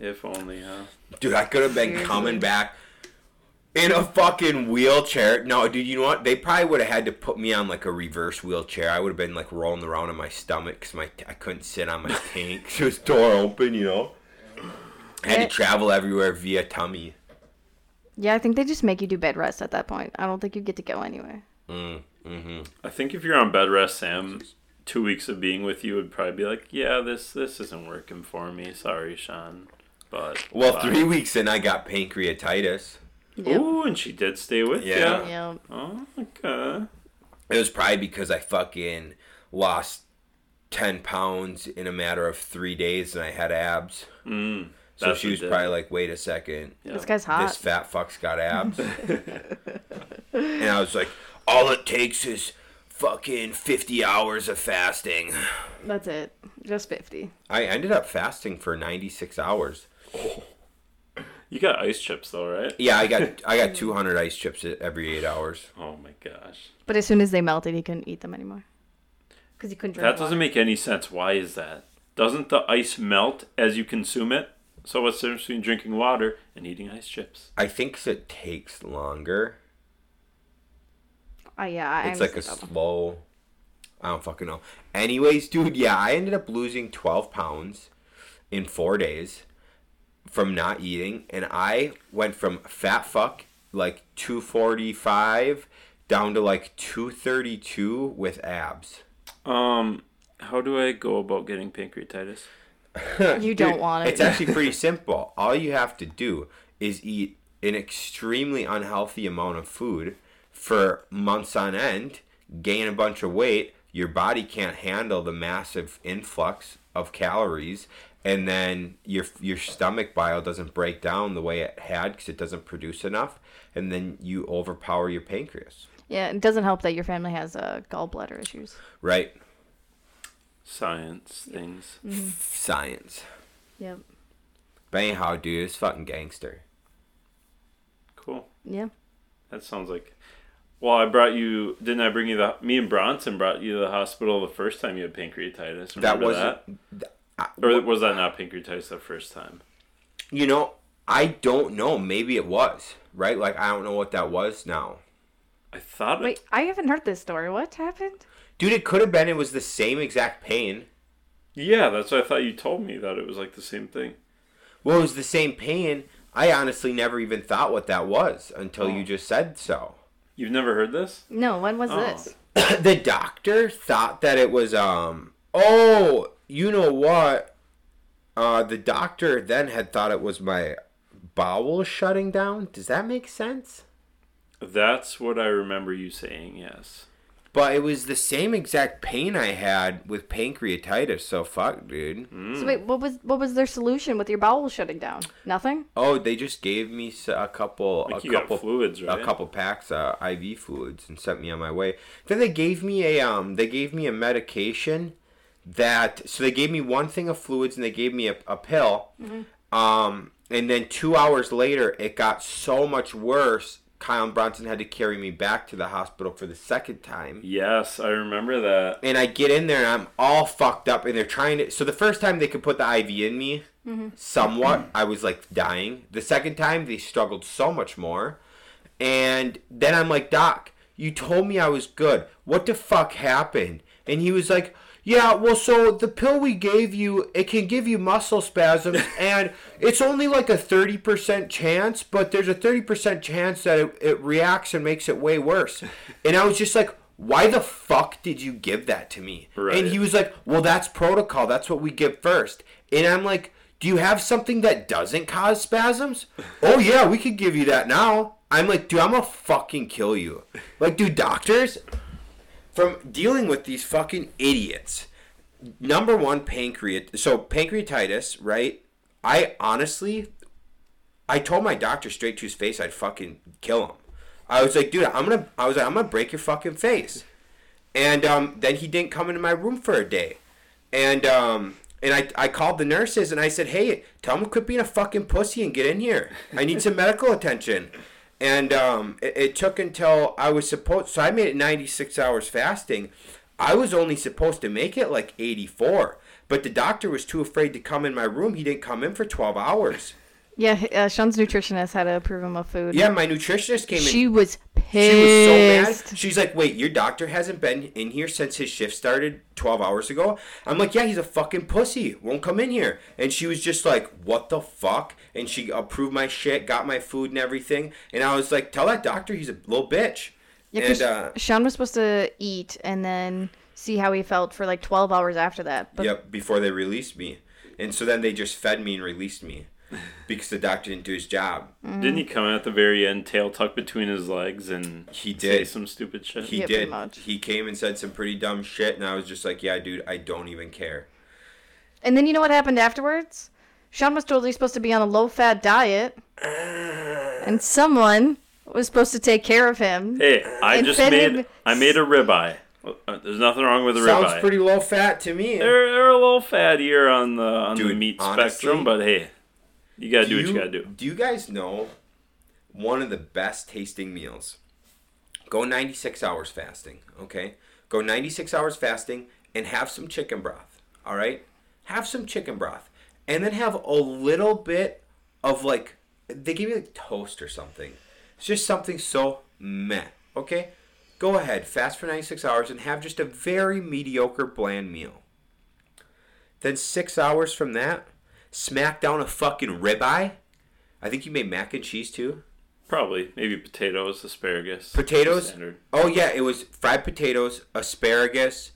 Speaker 3: If only, huh?
Speaker 1: Dude, I could have been
Speaker 2: Seriously.
Speaker 1: coming back in a fucking wheelchair. No, dude, you know what? They probably would have had to put me on like a reverse wheelchair. I would have been like rolling around on my stomach because my I couldn't sit on my tank. So it's door open, you know. I had to
Speaker 2: Eh.
Speaker 1: travel everywhere via tummy.
Speaker 2: Yeah, I think they just make you do bed rest at that point. I don't think you get to go anywhere.
Speaker 3: I think if you're on bed rest, Sam, two weeks of being with you would probably be like, yeah, this this isn't working for me. Sorry, Sean. But
Speaker 1: Well,
Speaker 3: bye."
Speaker 1: three weeks in, I got pancreatitis.
Speaker 3: Ooh, and she did stay with
Speaker 1: Yeah.
Speaker 3: you.
Speaker 2: Yeah.
Speaker 3: Oh, okay.
Speaker 1: It was probably because I fucking lost 10 pounds in a matter of three days and I had abs.
Speaker 3: Mm,
Speaker 1: So
Speaker 3: that's
Speaker 1: she
Speaker 3: what
Speaker 1: was
Speaker 3: did
Speaker 1: probably
Speaker 3: it.
Speaker 1: like, wait a second.
Speaker 3: Yeah.
Speaker 2: This guy's
Speaker 1: This
Speaker 2: hot.
Speaker 1: fat fuck's got abs. and I was like, all it takes is fucking 50 hours of fasting.
Speaker 2: That's it. Just 50.
Speaker 1: I ended up fasting for 96 hours.
Speaker 3: You got ice chips though, right?
Speaker 1: Yeah, I got I got 200 ice chips every 8 hours.
Speaker 3: Oh my gosh.
Speaker 2: But as soon as they melted, he couldn't eat them anymore. Because he couldn't drink
Speaker 3: That doesn't make any sense. Why is that? Doesn't the ice melt as you consume it? So what's the difference between drinking water and eating ice chips?
Speaker 1: I think 'cause it takes longer.
Speaker 2: Oh, yeah. I
Speaker 1: It's like a
Speaker 2: understand that one.
Speaker 1: slow. I don't fucking know. Anyways, dude, yeah, I ended up losing 12 pounds in four days from not eating, and I went from fat fuck like 245 down to like 232 with abs.
Speaker 3: Um, how do I go about getting pancreatitis?
Speaker 2: You
Speaker 1: Dude,
Speaker 2: don't want it.
Speaker 1: It's actually pretty simple. All you have to do is eat an extremely unhealthy amount of food for months on end, gain a bunch of weight, your body can't handle the massive influx of calories, and then your your stomach bile doesn't break down the way it had cuz it doesn't produce enough, and then you overpower your pancreas,
Speaker 2: Yeah, it doesn't help that your family has uh, gallbladder issues.
Speaker 1: right?
Speaker 3: Science things.
Speaker 1: Mm-hmm.
Speaker 2: Mm-hmm.
Speaker 1: Science.
Speaker 2: Yep.
Speaker 1: But anyhow, dude, it's fucking gangster.
Speaker 3: Cool.
Speaker 2: Yeah.
Speaker 3: That sounds like. Well, I brought you. Didn't I bring you the? Me and Bronson brought you to the hospital the first time you had pancreatitis. Remember
Speaker 1: That
Speaker 3: that
Speaker 1: wasn't
Speaker 3: or was that not pancreatitis the first time?
Speaker 1: You know, I don't know. Maybe it was, right? Like, I don't know what that was now.
Speaker 3: I thought it
Speaker 2: Wait, I haven't heard this story. What happened?
Speaker 1: Dude, it could have been it was the same exact pain.
Speaker 3: Yeah, that's what I thought you told me that it was like the same thing.
Speaker 1: Well, it was the same pain. I honestly never even thought what that was until you just said so.
Speaker 3: You've never heard this?
Speaker 2: No, when was
Speaker 3: Oh.
Speaker 2: this?
Speaker 1: the doctor thought that it was, um, oh, you know what? Uh, the doctor then had thought it was my bowel shutting down. Does that make sense?
Speaker 3: That's what I remember you saying, yes.
Speaker 1: But it was the same exact pain I had with pancreatitis. So fuck, dude.
Speaker 2: So wait, what was what was their solution with your bowel shutting down? Nothing.
Speaker 1: Oh, they just gave me s- a couple,
Speaker 3: Like
Speaker 1: a
Speaker 3: you
Speaker 1: couple,
Speaker 3: got fluids, right?
Speaker 1: a couple packs of IV fluids and sent me on my way. Then they gave me a, um, they gave me a medication that, so they gave me one thing of fluids and they gave me a, a pill. Um, and then two hours later, it got so much worse. Kyle and Bronson had to carry me back to the hospital for the second time
Speaker 3: Yes, I remember that.
Speaker 1: and I get in there and I'm all fucked up and they're trying to so the first time they could put the IV in me somewhat I was like dying the second time they struggled so much more and then I'm like doc you told me I was good what the fuck happened and he was like yeah well so the pill we gave you it can give you muscle spasms and it's only like a 30% chance but there's a 30% chance that it, it reacts and makes it way worse and I was just like why the fuck did you give that to me?
Speaker 3: Right.
Speaker 1: And he was like, well, that's protocol. That's what we give first. And I'm like, do you have something that doesn't cause spasms? oh, yeah, we could give you that now. I'm like, dude, I'm gonna fucking kill you. Like, dude, doctors, from dealing with these fucking idiots. Number one, pancreat. So pancreatitis, right? I honestly, I told my doctor straight to his face, I'd fucking kill him. I was like, dude, I'm gonna. I was like, I'm gonna break your fucking face. And um, then he didn't come into my room for a day. And um, and I, I called the nurses and I said, hey, tell him to quit being a fucking pussy and get in here. I need some medical attention. And um, it, it took until I was supposed. So I made it 96 hours fasting. I was only supposed to make it like 84. But the doctor was too afraid to come in my room. He didn't come in for 12 hours.
Speaker 2: Yeah, h- uh, Sean's nutritionist had to approve him of food.
Speaker 1: Yeah, my nutritionist came in.
Speaker 2: She was pissed.
Speaker 1: She was so mad. She's like, "Wait, your doctor hasn't been in here since his shift started 12 hours ago." I'm like, "Yeah, he's a fucking pussy. Won't come in here." And she was just like, "What the fuck?" And she approved my shit, got my food and everything. And I was like, "Tell that doctor he's a little bitch."
Speaker 2: Yeah, 'cause
Speaker 1: and uh,
Speaker 2: Sean was supposed to eat and then see how he felt for like 12 hours after that. But
Speaker 1: yep, before they released me. And so then they just fed me and released me because the doctor didn't do his job.
Speaker 3: Didn't he come at the very end, tail tucked between his legs, and
Speaker 1: He
Speaker 3: say
Speaker 1: did.
Speaker 3: some stupid shit?
Speaker 1: He
Speaker 2: Yeah, pretty
Speaker 1: did.
Speaker 2: much.
Speaker 1: He came and said some pretty dumb shit, and I was just like, "Yeah, dude, I don't even care."
Speaker 2: And then you know what happened afterwards? Sean was totally supposed to be on a low fat diet. and someone was supposed to take care of him.
Speaker 3: hey, I
Speaker 2: And
Speaker 3: just
Speaker 2: fed
Speaker 3: made
Speaker 2: him-
Speaker 3: I made a ribeye. Uh, There's nothing wrong with a
Speaker 1: Sounds
Speaker 3: ribeye.
Speaker 1: pretty low fat to me.
Speaker 3: they're, they're a little fattier on the on the
Speaker 1: Dude,
Speaker 3: meat
Speaker 1: honestly,
Speaker 3: spectrum, but hey, you gotta do, what you gotta do.
Speaker 1: you guys know one of the best tasting meals? Go 96 hours fasting, okay? Go 96 hours fasting and have some chicken broth, all right? Have some chicken broth. And then have a little bit of like, they give you like toast or something. It's just something so meh, okay? Go ahead, fast for 96 hours and have just a very mediocre, bland meal. Then six hours from that, smack down a fucking ribeye. I think you made mac and cheese too.
Speaker 3: Probably maybe potatoes, asparagus,
Speaker 1: Potatoes.
Speaker 3: standard.
Speaker 1: Oh yeah, it was fried potatoes, asparagus,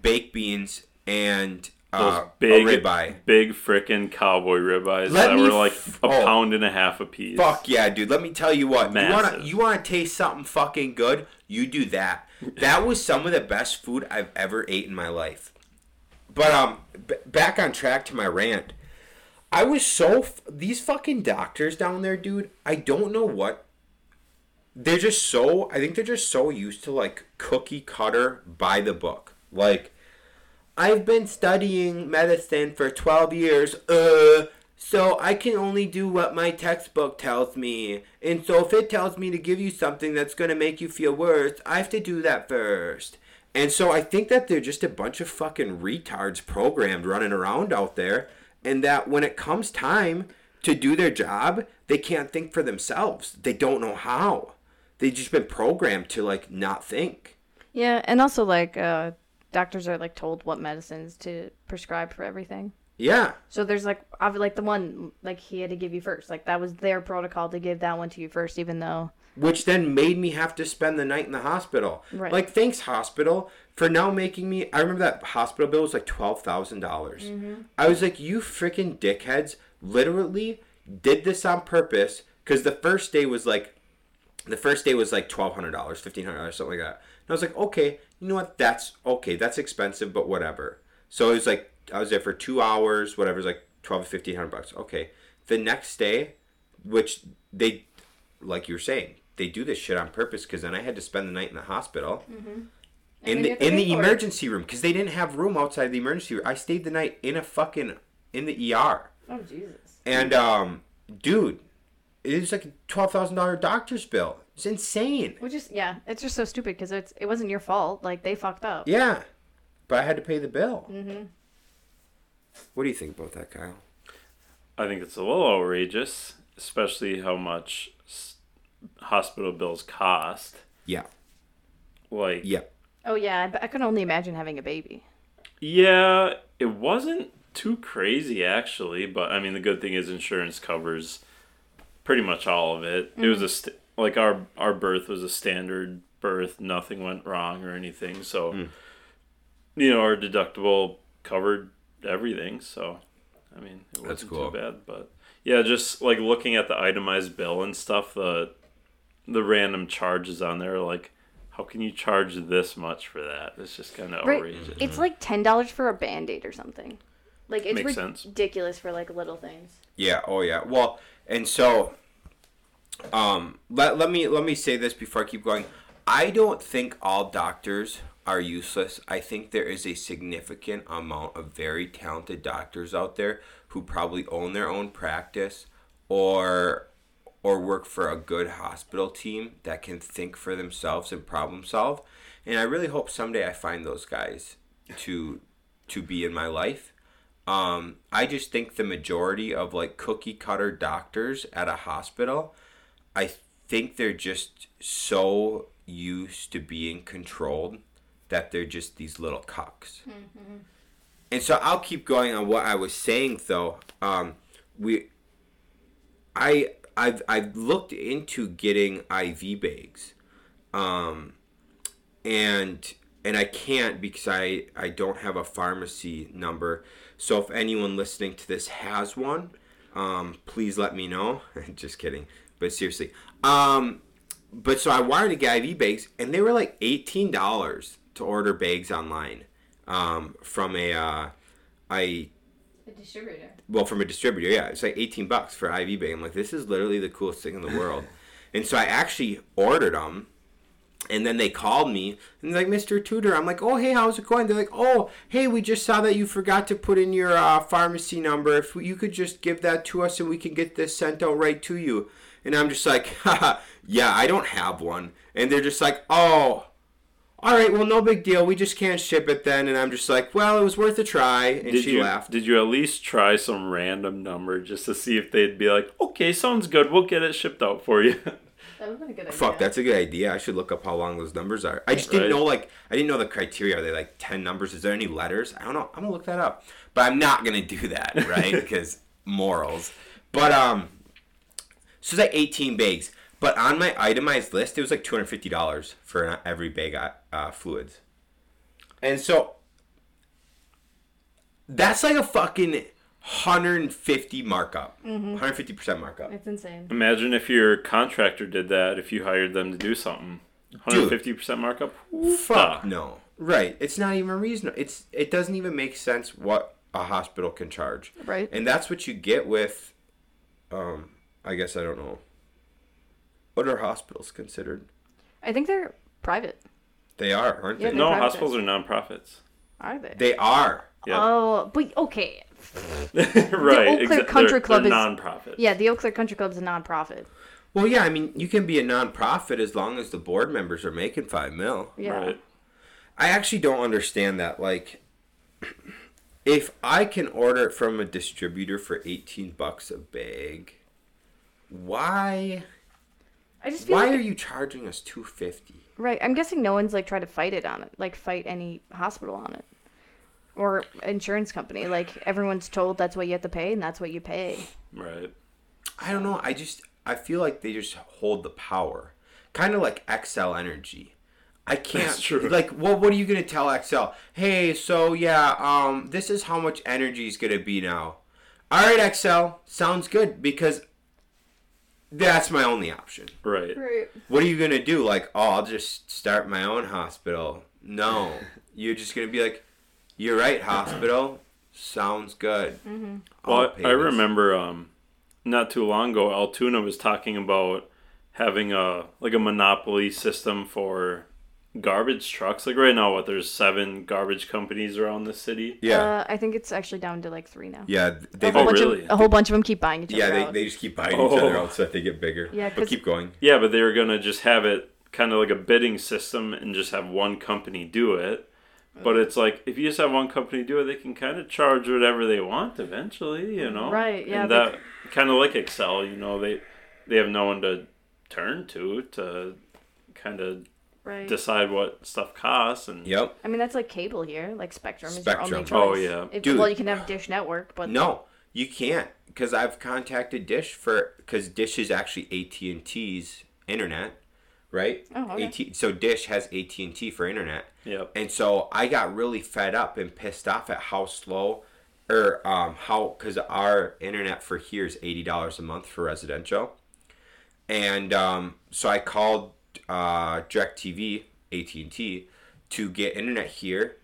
Speaker 1: baked beans, and
Speaker 3: Those
Speaker 1: uh,
Speaker 3: big,
Speaker 1: a ribeye.
Speaker 3: big frickin' cowboy ribeyes
Speaker 1: Let
Speaker 3: that
Speaker 1: me
Speaker 3: were like
Speaker 1: f-
Speaker 3: a
Speaker 1: oh.
Speaker 3: pound and a half a piece.
Speaker 1: Fuck yeah, dude. Let me tell you what. You wanna
Speaker 3: Massive.
Speaker 1: you wanna taste something fucking good? You do that. That was some of the best food I've ever ate in my life. But um, b- back on track to my rant. I was so f- these fucking doctors down there, dude. I don't know what. They're just so. I think they're just so used to like cookie cutter by the book. Like, I've been studying medicine for twelve years. Uh, so I can only do what my textbook tells me. And so if it tells me to give you something that's gonna make you feel worse, I have to do that first. And so I think that they're just a bunch of fucking retards programmed running around out there, and that when it comes time to do their job, they can't think for themselves. They don't know how. They've just been programmed to like not think.
Speaker 2: Yeah, and also like uh, doctors are like told what medicines to prescribe for everything.
Speaker 1: Yeah.
Speaker 2: So there's like obvi- like the one like he had to give you first. Like that was their protocol to give that one to you first, even though
Speaker 1: which then made me have to spend the night in the hospital.
Speaker 2: Right.
Speaker 1: Like, thanks, hospital, for now making me. I remember that hospital bill was like twelve dollars. I was like, you freaking dickheads! Literally did this on purpose because the first day was like, the first day was like twelve hundred dollars, fifteen hundred dollars, something like that. And I was like, okay, you know what? That's okay. That's expensive, but whatever. So it was like I was there for two hours, whatever. It was like twelve to fifteen hundred bucks. Okay. The next day, which they like you were saying, they do this shit on purpose because then I had to spend the night in the hospital. In
Speaker 2: Mm-hmm. then you have
Speaker 1: the
Speaker 2: to
Speaker 1: in
Speaker 2: pay
Speaker 1: the
Speaker 2: for it.
Speaker 1: emergency room because they didn't have room outside the emergency room. I stayed the night in a fucking in the ER,
Speaker 2: oh Jesus,
Speaker 1: and um, dude, it was like a twelve thousand dollar doctor's bill. It's insane.
Speaker 2: which is yeah, it's just so stupid because it's it wasn't your fault. Like they fucked up.
Speaker 1: Yeah, but I had to pay the bill.
Speaker 2: Mm-hmm.
Speaker 1: What do you think about that, Kyle?
Speaker 3: I think it's a little outrageous, especially how much s- hospital bills cost.
Speaker 1: Yeah,
Speaker 3: Like,
Speaker 1: yeah.
Speaker 2: Oh yeah, but I could only imagine having a baby.
Speaker 3: yeah, it wasn't too crazy actually, but I mean, the good thing is insurance covers pretty much all of it. It was a st- like our our birth was a standard birth, nothing went wrong or anything. So,
Speaker 1: Mm.
Speaker 3: you know, our deductible covered everything. So, I mean, it wasn't
Speaker 1: That's cool.
Speaker 3: too bad. But yeah, just like looking at the itemized bill and stuff, the the random charges on there, like how can you charge this much for that? It's just kind of
Speaker 2: Right.
Speaker 3: outrageous.
Speaker 2: It's like ten dollars for a band aid or something. Like it's
Speaker 3: Makes sense.
Speaker 2: ridiculous for like little things.
Speaker 1: Yeah. Oh, yeah. Well, and so, um, let, let me let me say this before I keep going. I don't think all doctors are useless. I think there is a significant amount of very talented doctors out there who probably own their own practice or or work for a good hospital team that can think for themselves and problem solve. And I really hope someday I find those guys to to be in my life. Um, I just think the majority of like cookie cutter doctors at a hospital, I think they're just so used to being controlled that they're just these little cucks. And so I'll keep going on what I was saying though. Um, we, I, I've, I've looked into getting IV bags, um, and and I can't because I I don't have a pharmacy number. So if anyone listening to this has one, um, please let me know. Just kidding, but seriously, um, but so I wanted to get IV bags, and they were like eighteen dollars to order bags online um, from a uh, I
Speaker 2: A distributor.
Speaker 1: well from a distributor yeah it's like 18 bucks for iv bay i'm like this is literally the coolest thing in the world and so i actually ordered them and then they called me and they're like mr tudor i'm like oh hey how's it going they're like oh hey we just saw that you forgot to put in your uh, pharmacy number if you could just give that to us and we can get this sent out right to you and i'm just like Haha, yeah i don't have one and they're just like oh all right well no big deal we just can't ship it then and i'm just like well it was worth a try and
Speaker 3: Did
Speaker 1: she
Speaker 3: you
Speaker 1: laughed
Speaker 3: did you at least try some random number just to see if they'd be like, okay, sounds good, we'll get it shipped out for you.
Speaker 2: That would have been a good idea.
Speaker 1: Fuck, that's a good idea. I should look up how long those numbers are. I just didn't
Speaker 3: Right.
Speaker 1: know like I didn't know the criteria. Are they like ten numbers? Is there any letters? I don't know. I'm gonna look that up. But I'm not gonna do that, right? because morals. But um so it's like eighteen bags. But on my itemized list, it was like two hundred fifty dollars for an- every bag uh, fluids. And so that's like a fucking 150 markup, 150% markup.
Speaker 2: It's insane.
Speaker 3: Imagine if your contractor did that, if you hired them to do something. 150% markup?
Speaker 1: Fuck no. Right. It's not even reasonable. It's it doesn't even make sense what a hospital can charge.
Speaker 2: Right.
Speaker 1: And that's what you get with um I guess I don't know. What are hospitals considered?
Speaker 2: I think they're private,
Speaker 1: They are, aren't
Speaker 2: Yeah.
Speaker 1: they?
Speaker 3: No,
Speaker 2: Nonprofits.
Speaker 3: hospitals are nonprofits.
Speaker 2: are they?
Speaker 1: They are.
Speaker 3: Yeah.
Speaker 2: Oh, but okay.
Speaker 3: right.
Speaker 2: Eau Claire
Speaker 3: exactly.
Speaker 2: Country Club is-
Speaker 3: nonprofit.
Speaker 2: Yeah, the Eau Claire Country Club's a nonprofit.
Speaker 1: Well, yeah, I mean, you can be a nonprofit as long as the board members are making 5 mil.
Speaker 2: Yeah.
Speaker 3: Right.
Speaker 1: I actually don't understand that. Like, if I can order it from a distributor for 18 bucks a bag, why
Speaker 2: I just feel
Speaker 1: Why
Speaker 2: like,
Speaker 1: are you charging us two fifty?
Speaker 2: right. I'm guessing no one's like tried to fight it on it, like fight any hospital on it or insurance company. Like everyone's told that's what you have to pay and that's what you pay.
Speaker 3: Right.
Speaker 1: I don't know. I just I feel like they just hold the power, kind of like XL Energy. I can't.
Speaker 3: That's true.
Speaker 1: Like, well, what are you gonna tell XL? Hey, so yeah, um, this is how much energy is gonna be now. All right, XL, sounds good because that's my only option.
Speaker 3: Right.
Speaker 1: What are you gonna do? Like, oh, I'll just start my own hospital. No, you're just gonna be like, you're right, hospital. Sounds good. Mm-hmm.
Speaker 3: Well, I, I remember um, not too long ago, Altoona was talking about having a like a monopoly system for garbage trucks. Like right now, what there's seven garbage companies around the city.
Speaker 1: Yeah.
Speaker 2: Uh, I think it's actually down to like three now.
Speaker 1: Yeah, th- they've
Speaker 2: A whole
Speaker 1: oh,
Speaker 3: Oh,
Speaker 2: bunch
Speaker 3: really?
Speaker 2: of, a whole bunch of them keep buying each other.
Speaker 1: yeah, they,
Speaker 2: out.
Speaker 1: they just keep buying
Speaker 3: Oh.
Speaker 1: each other out so that they get bigger.
Speaker 2: Yeah,
Speaker 1: but
Speaker 2: 'cause-
Speaker 1: keep going.
Speaker 3: Yeah, but they were gonna just have it kind of like a bidding system and just have one company do it. But it's like if you just have one company do it, they can kind of charge whatever they want eventually, you know.
Speaker 2: Right, yeah,
Speaker 3: And
Speaker 2: they-
Speaker 3: that kind of like Excel, you know, they they have no one to turn to to kind of
Speaker 2: right.
Speaker 3: decide what stuff costs and
Speaker 1: Yep.
Speaker 2: I mean, that's like cable here. Like Spectrum, is your only
Speaker 1: Spectrum.
Speaker 2: choice.
Speaker 3: Oh, yeah.
Speaker 2: If-
Speaker 1: Dude.
Speaker 2: Well, you can have Dish Network, but
Speaker 1: No, you can't because I've contacted Dish for because Dish is actually AT and T's internet, right?
Speaker 2: Oh, okay.
Speaker 1: AT, so Dish has AT and T for internet,
Speaker 3: Yep.
Speaker 1: and so I got really fed up and pissed off at how slow, or um, how because our internet for here is eighty dollars a month for residential, and um, so I called uh, Directv AT and T to get internet here,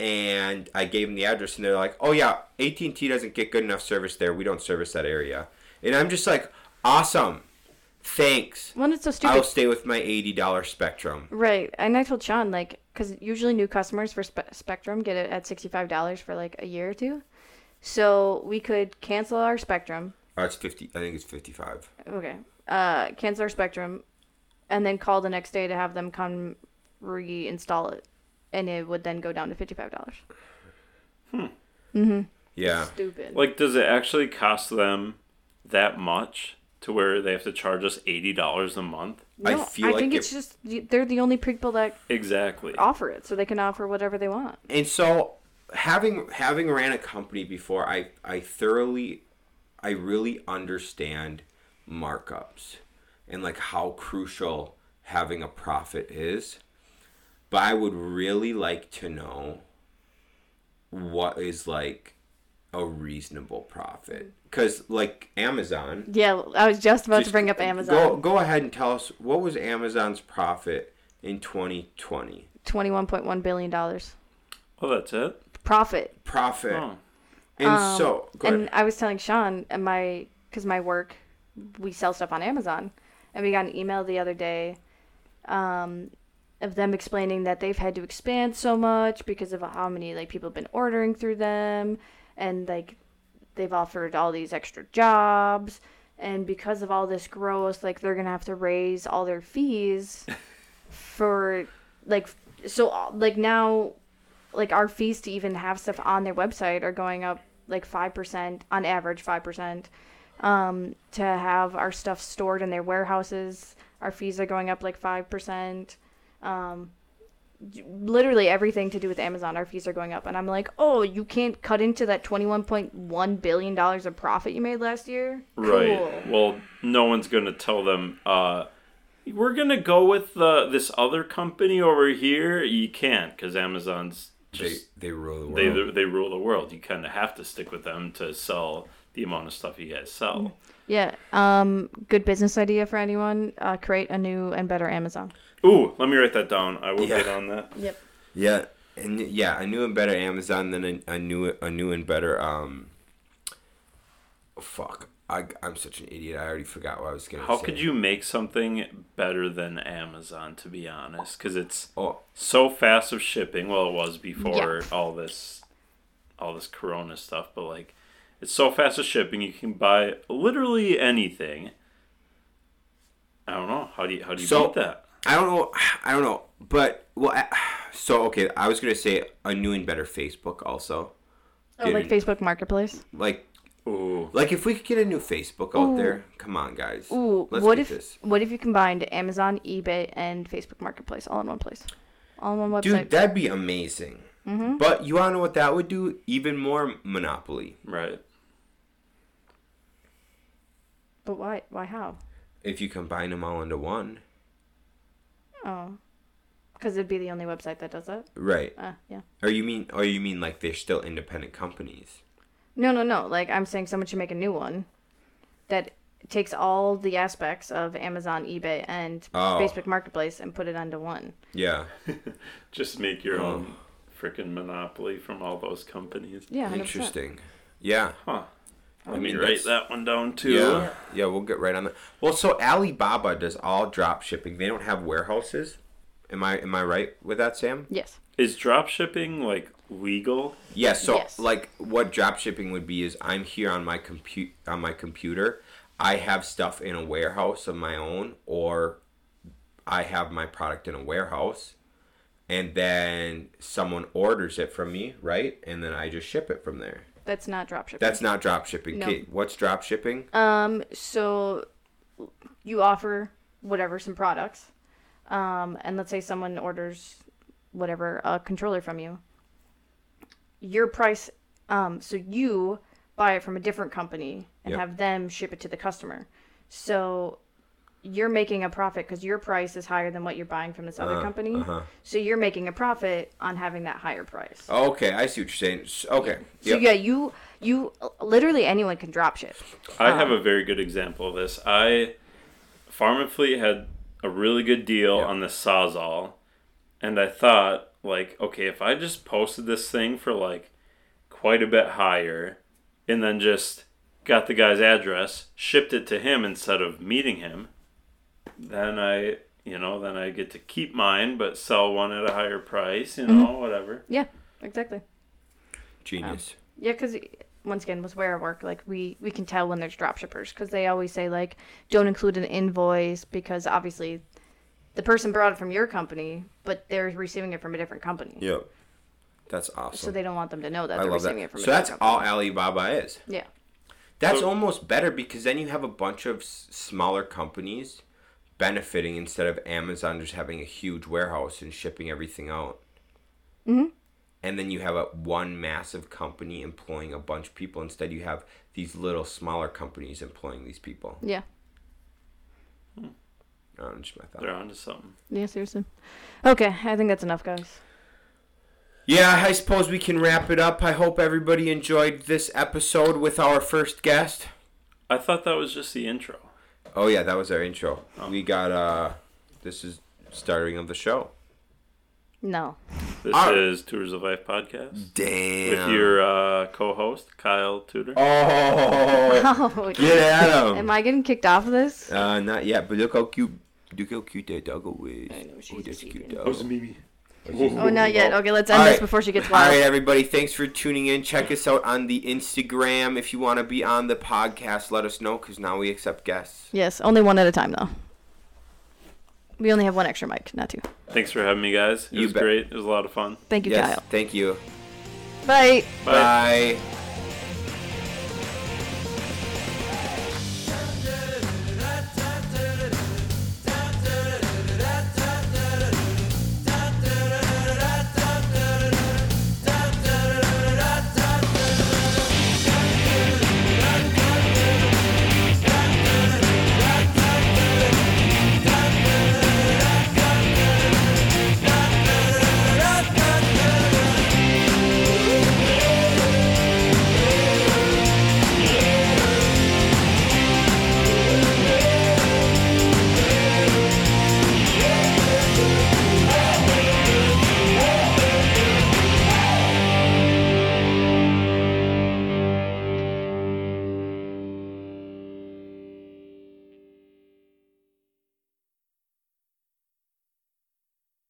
Speaker 1: and I gave them the address, and they're like, "Oh yeah, AT and T doesn't get good enough service there. We don't service that area," and I'm just like, "Awesome, thanks."
Speaker 2: When it's so
Speaker 1: I'll
Speaker 2: stupid.
Speaker 1: stay with my eighty dollar Spectrum.
Speaker 2: Right. And I told Sean, like, because usually new customers for spe- Spectrum get it at $65 for like a year or two. So we could cancel our Spectrum.
Speaker 1: Oh, it's fifty. I think it's fifty-five.
Speaker 2: Okay. Uh, cancel our Spectrum and then call the next day to have them come reinstall it. And it would then go down to $55.
Speaker 1: Yeah.
Speaker 2: Stupid.
Speaker 3: Like, does it actually cost them that much to where they have to charge us eighty dollars a month?
Speaker 1: I
Speaker 2: No,
Speaker 1: feel like
Speaker 2: think
Speaker 1: it-
Speaker 2: it's just they're the only people that
Speaker 3: Exactly.
Speaker 2: offer it, so they can offer whatever they want.
Speaker 1: And so, having having ran a company before, I I thoroughly, I really understand markups, and like how crucial having a profit is. But I would really like to know what is like a reasonable profit, because like Amazon,
Speaker 2: Yeah, I was just about to
Speaker 1: Just
Speaker 2: bring up Amazon.
Speaker 1: Go, go ahead and tell us what was Amazon's profit in 2020?
Speaker 2: $21.1 billion
Speaker 3: Oh, that's it.
Speaker 2: profit.
Speaker 1: Profit.
Speaker 3: Oh,
Speaker 1: And so, go
Speaker 2: Um, and
Speaker 1: ahead.
Speaker 2: I was telling Sean, and my, because my work, we sell stuff on Amazon. And we got an email the other day um, of them explaining that they've had to expand so much because of how many like people have been ordering through them. And like they've offered all these extra jobs. And because of all this growth, like they're going to have to raise all their fees for like, so all- like now like our fees to even have stuff on their website are going up like 5% on average 5% um, to have our stuff stored in their warehouses our fees are going up like 5% um, literally everything to do with amazon our fees are going up and i'm like oh you can't cut into that 21.1 billion dollars of profit you made last year
Speaker 3: right.
Speaker 2: Cool.
Speaker 3: Well, no one's gonna tell them. Uh, we're gonna go with uh, this other company over here. You can't because Amazon's
Speaker 1: they,
Speaker 3: just
Speaker 1: they rule the world.
Speaker 3: they they, rule the world. You kind of have to stick with them to sell the amount of stuff you guys sell.
Speaker 2: yeah um good business idea for anyone uh, create a new and better amazon
Speaker 3: Ooh, let me write that down. I will
Speaker 1: Yeah.
Speaker 3: get on that.
Speaker 2: yep
Speaker 1: yeah. And yeah, a new and better Amazon than a, a new a new and better um. oh, Fuck, I I'm such an idiot. I already forgot what I was gonna
Speaker 3: How
Speaker 1: say.
Speaker 3: could you make something better than Amazon? To be honest, because it's
Speaker 1: Oh,
Speaker 3: so fast of shipping. Well, it was before all this, all this Corona stuff. But like, it's so fast of shipping. You can buy literally anything. I don't know. How do you how do you
Speaker 1: So-
Speaker 3: beat that?
Speaker 1: I don't know. I don't know. But well, I, so okay. I was gonna say a new and better Facebook also.
Speaker 2: oh, like
Speaker 1: Didn't-
Speaker 2: facebook marketplace
Speaker 1: Like
Speaker 3: Ooh,
Speaker 1: Like if we could get a new Facebook out there, come on guys.
Speaker 2: Ooh,
Speaker 1: Let's
Speaker 2: what
Speaker 1: get
Speaker 2: if
Speaker 1: this.
Speaker 2: what if you combined Amazon, eBay, and Facebook Marketplace all in one place, all in one
Speaker 1: Dude,
Speaker 2: website?
Speaker 1: that'd be amazing. But you wanna know what that would do? Even more monopoly.
Speaker 3: right.
Speaker 2: but why? Why how?
Speaker 1: If you combine them all into one.
Speaker 2: Oh, because it'd be the only website that does that.
Speaker 1: Right.
Speaker 2: Uh, yeah.
Speaker 1: Or Oh, you mean or you mean like they're still independent companies.
Speaker 2: No, no, no. Like I'm saying, someone should make a new one that takes all the aspects of Amazon, eBay, and
Speaker 1: Oh.
Speaker 2: Facebook Marketplace and put it onto one.
Speaker 1: Yeah.
Speaker 3: Just make your own freaking monopoly from all those companies.
Speaker 2: Yeah. 100%.
Speaker 1: Interesting. Yeah.
Speaker 3: Huh. Let me
Speaker 1: mean,
Speaker 3: write
Speaker 1: that's-
Speaker 3: that one down too.
Speaker 1: Yeah. Yeah, we'll get right on that. Well, so Alibaba does all drop shipping. They don't have warehouses. Am I am I right with that, Sam?
Speaker 2: Yes.
Speaker 3: Is drop shipping like legal?
Speaker 1: Yeah, so
Speaker 2: Yes.
Speaker 1: like what drop shipping would be is I'm here on my compute on my computer. I have stuff in a warehouse of my own or I have my product in a warehouse and then someone orders it from me, right? And then I just ship it from there.
Speaker 2: That's not dropshipping.
Speaker 1: That's not drop shipping.
Speaker 2: No.
Speaker 1: Kate, what's drop shipping?
Speaker 2: Um, so you offer whatever some products, um, and let's say someone orders whatever a controller from you. Your price, um, so you buy it from a different company and
Speaker 1: Yep.
Speaker 2: have them ship it to the customer. So you're making a profit because your price is higher than what you're buying from this other company.
Speaker 1: uh-huh.
Speaker 2: So you're making a profit on having that higher price.
Speaker 1: Okay, I see what you're saying. S- Okay.
Speaker 2: So
Speaker 1: Yep.
Speaker 2: yeah, you you literally anyone can drop ship.
Speaker 3: I have a very good example of this. I Farm and Fleet had a really good deal on the Sawzall, and I thought like, okay, if I just posted this thing for like quite a bit higher, and then just got the guy's address, shipped it to him instead of meeting him, then I you know then I get to keep mine but sell one at a higher price, you
Speaker 1: Mm-hmm.
Speaker 3: know whatever.
Speaker 2: Yeah, exactly.
Speaker 1: Genius.
Speaker 2: Yeah, because once again, with where I work, like we we can tell when there's drop shippers because they always say like don't include an invoice because obviously the person brought it from your company, but they're receiving it from a different company,
Speaker 1: Yep. That's
Speaker 2: so
Speaker 1: awesome.
Speaker 2: they don't want them to know that
Speaker 1: I
Speaker 2: they're
Speaker 1: love
Speaker 2: receiving
Speaker 1: that.
Speaker 2: it from.
Speaker 1: So
Speaker 2: a
Speaker 1: that's
Speaker 2: different
Speaker 1: all Alibaba is.
Speaker 2: company. Yeah.
Speaker 1: That's
Speaker 3: So-
Speaker 1: almost better because then you have a bunch of s- smaller companies benefiting instead of Amazon just having a huge warehouse and shipping everything out.
Speaker 2: Mm-hmm.
Speaker 1: And then you have a, one massive company employing a bunch of people. Instead, you have these little smaller companies employing these people.
Speaker 2: Yeah.
Speaker 1: Um, just my thought.
Speaker 3: They're onto something.
Speaker 2: Yeah. Seriously. Okay, I think that's enough, guys.
Speaker 1: Yeah, I suppose we can wrap it up. I hope everybody enjoyed this episode with our first guest.
Speaker 3: I thought that was just the intro.
Speaker 1: Oh yeah, that was our intro. We got uh this is starting of the show.
Speaker 2: No.
Speaker 3: This
Speaker 1: All right.
Speaker 3: is Tours of Life podcast
Speaker 1: Damn.
Speaker 3: with your uh, co-host Kyle Tudor.
Speaker 1: Oh,
Speaker 2: Oh.
Speaker 1: get at him.
Speaker 2: Am I getting kicked off of this?
Speaker 1: Uh, not yet, but look how cute. Look how cute that doggo is.
Speaker 2: I know, she's
Speaker 1: oh, that's
Speaker 2: a
Speaker 1: cute
Speaker 2: baby.
Speaker 1: dog.
Speaker 3: Mimi.
Speaker 2: Oh, not yet. Okay, let's end
Speaker 1: All
Speaker 2: this
Speaker 1: right.
Speaker 2: before she gets
Speaker 1: All right,
Speaker 2: wild.
Speaker 1: everybody. Thanks for tuning in. Check us out on the Instagram. If you want to be on the podcast, let us know because now we accept guests.
Speaker 2: Yes, only one at a time though. We only have one extra mic, not two.
Speaker 3: Thanks for having me, guys. It
Speaker 1: You
Speaker 3: was
Speaker 1: bet.
Speaker 3: great. It was a lot of fun.
Speaker 2: Thank you,
Speaker 1: yes,
Speaker 2: Kyle.
Speaker 1: thank you.
Speaker 2: Bye.
Speaker 1: Bye.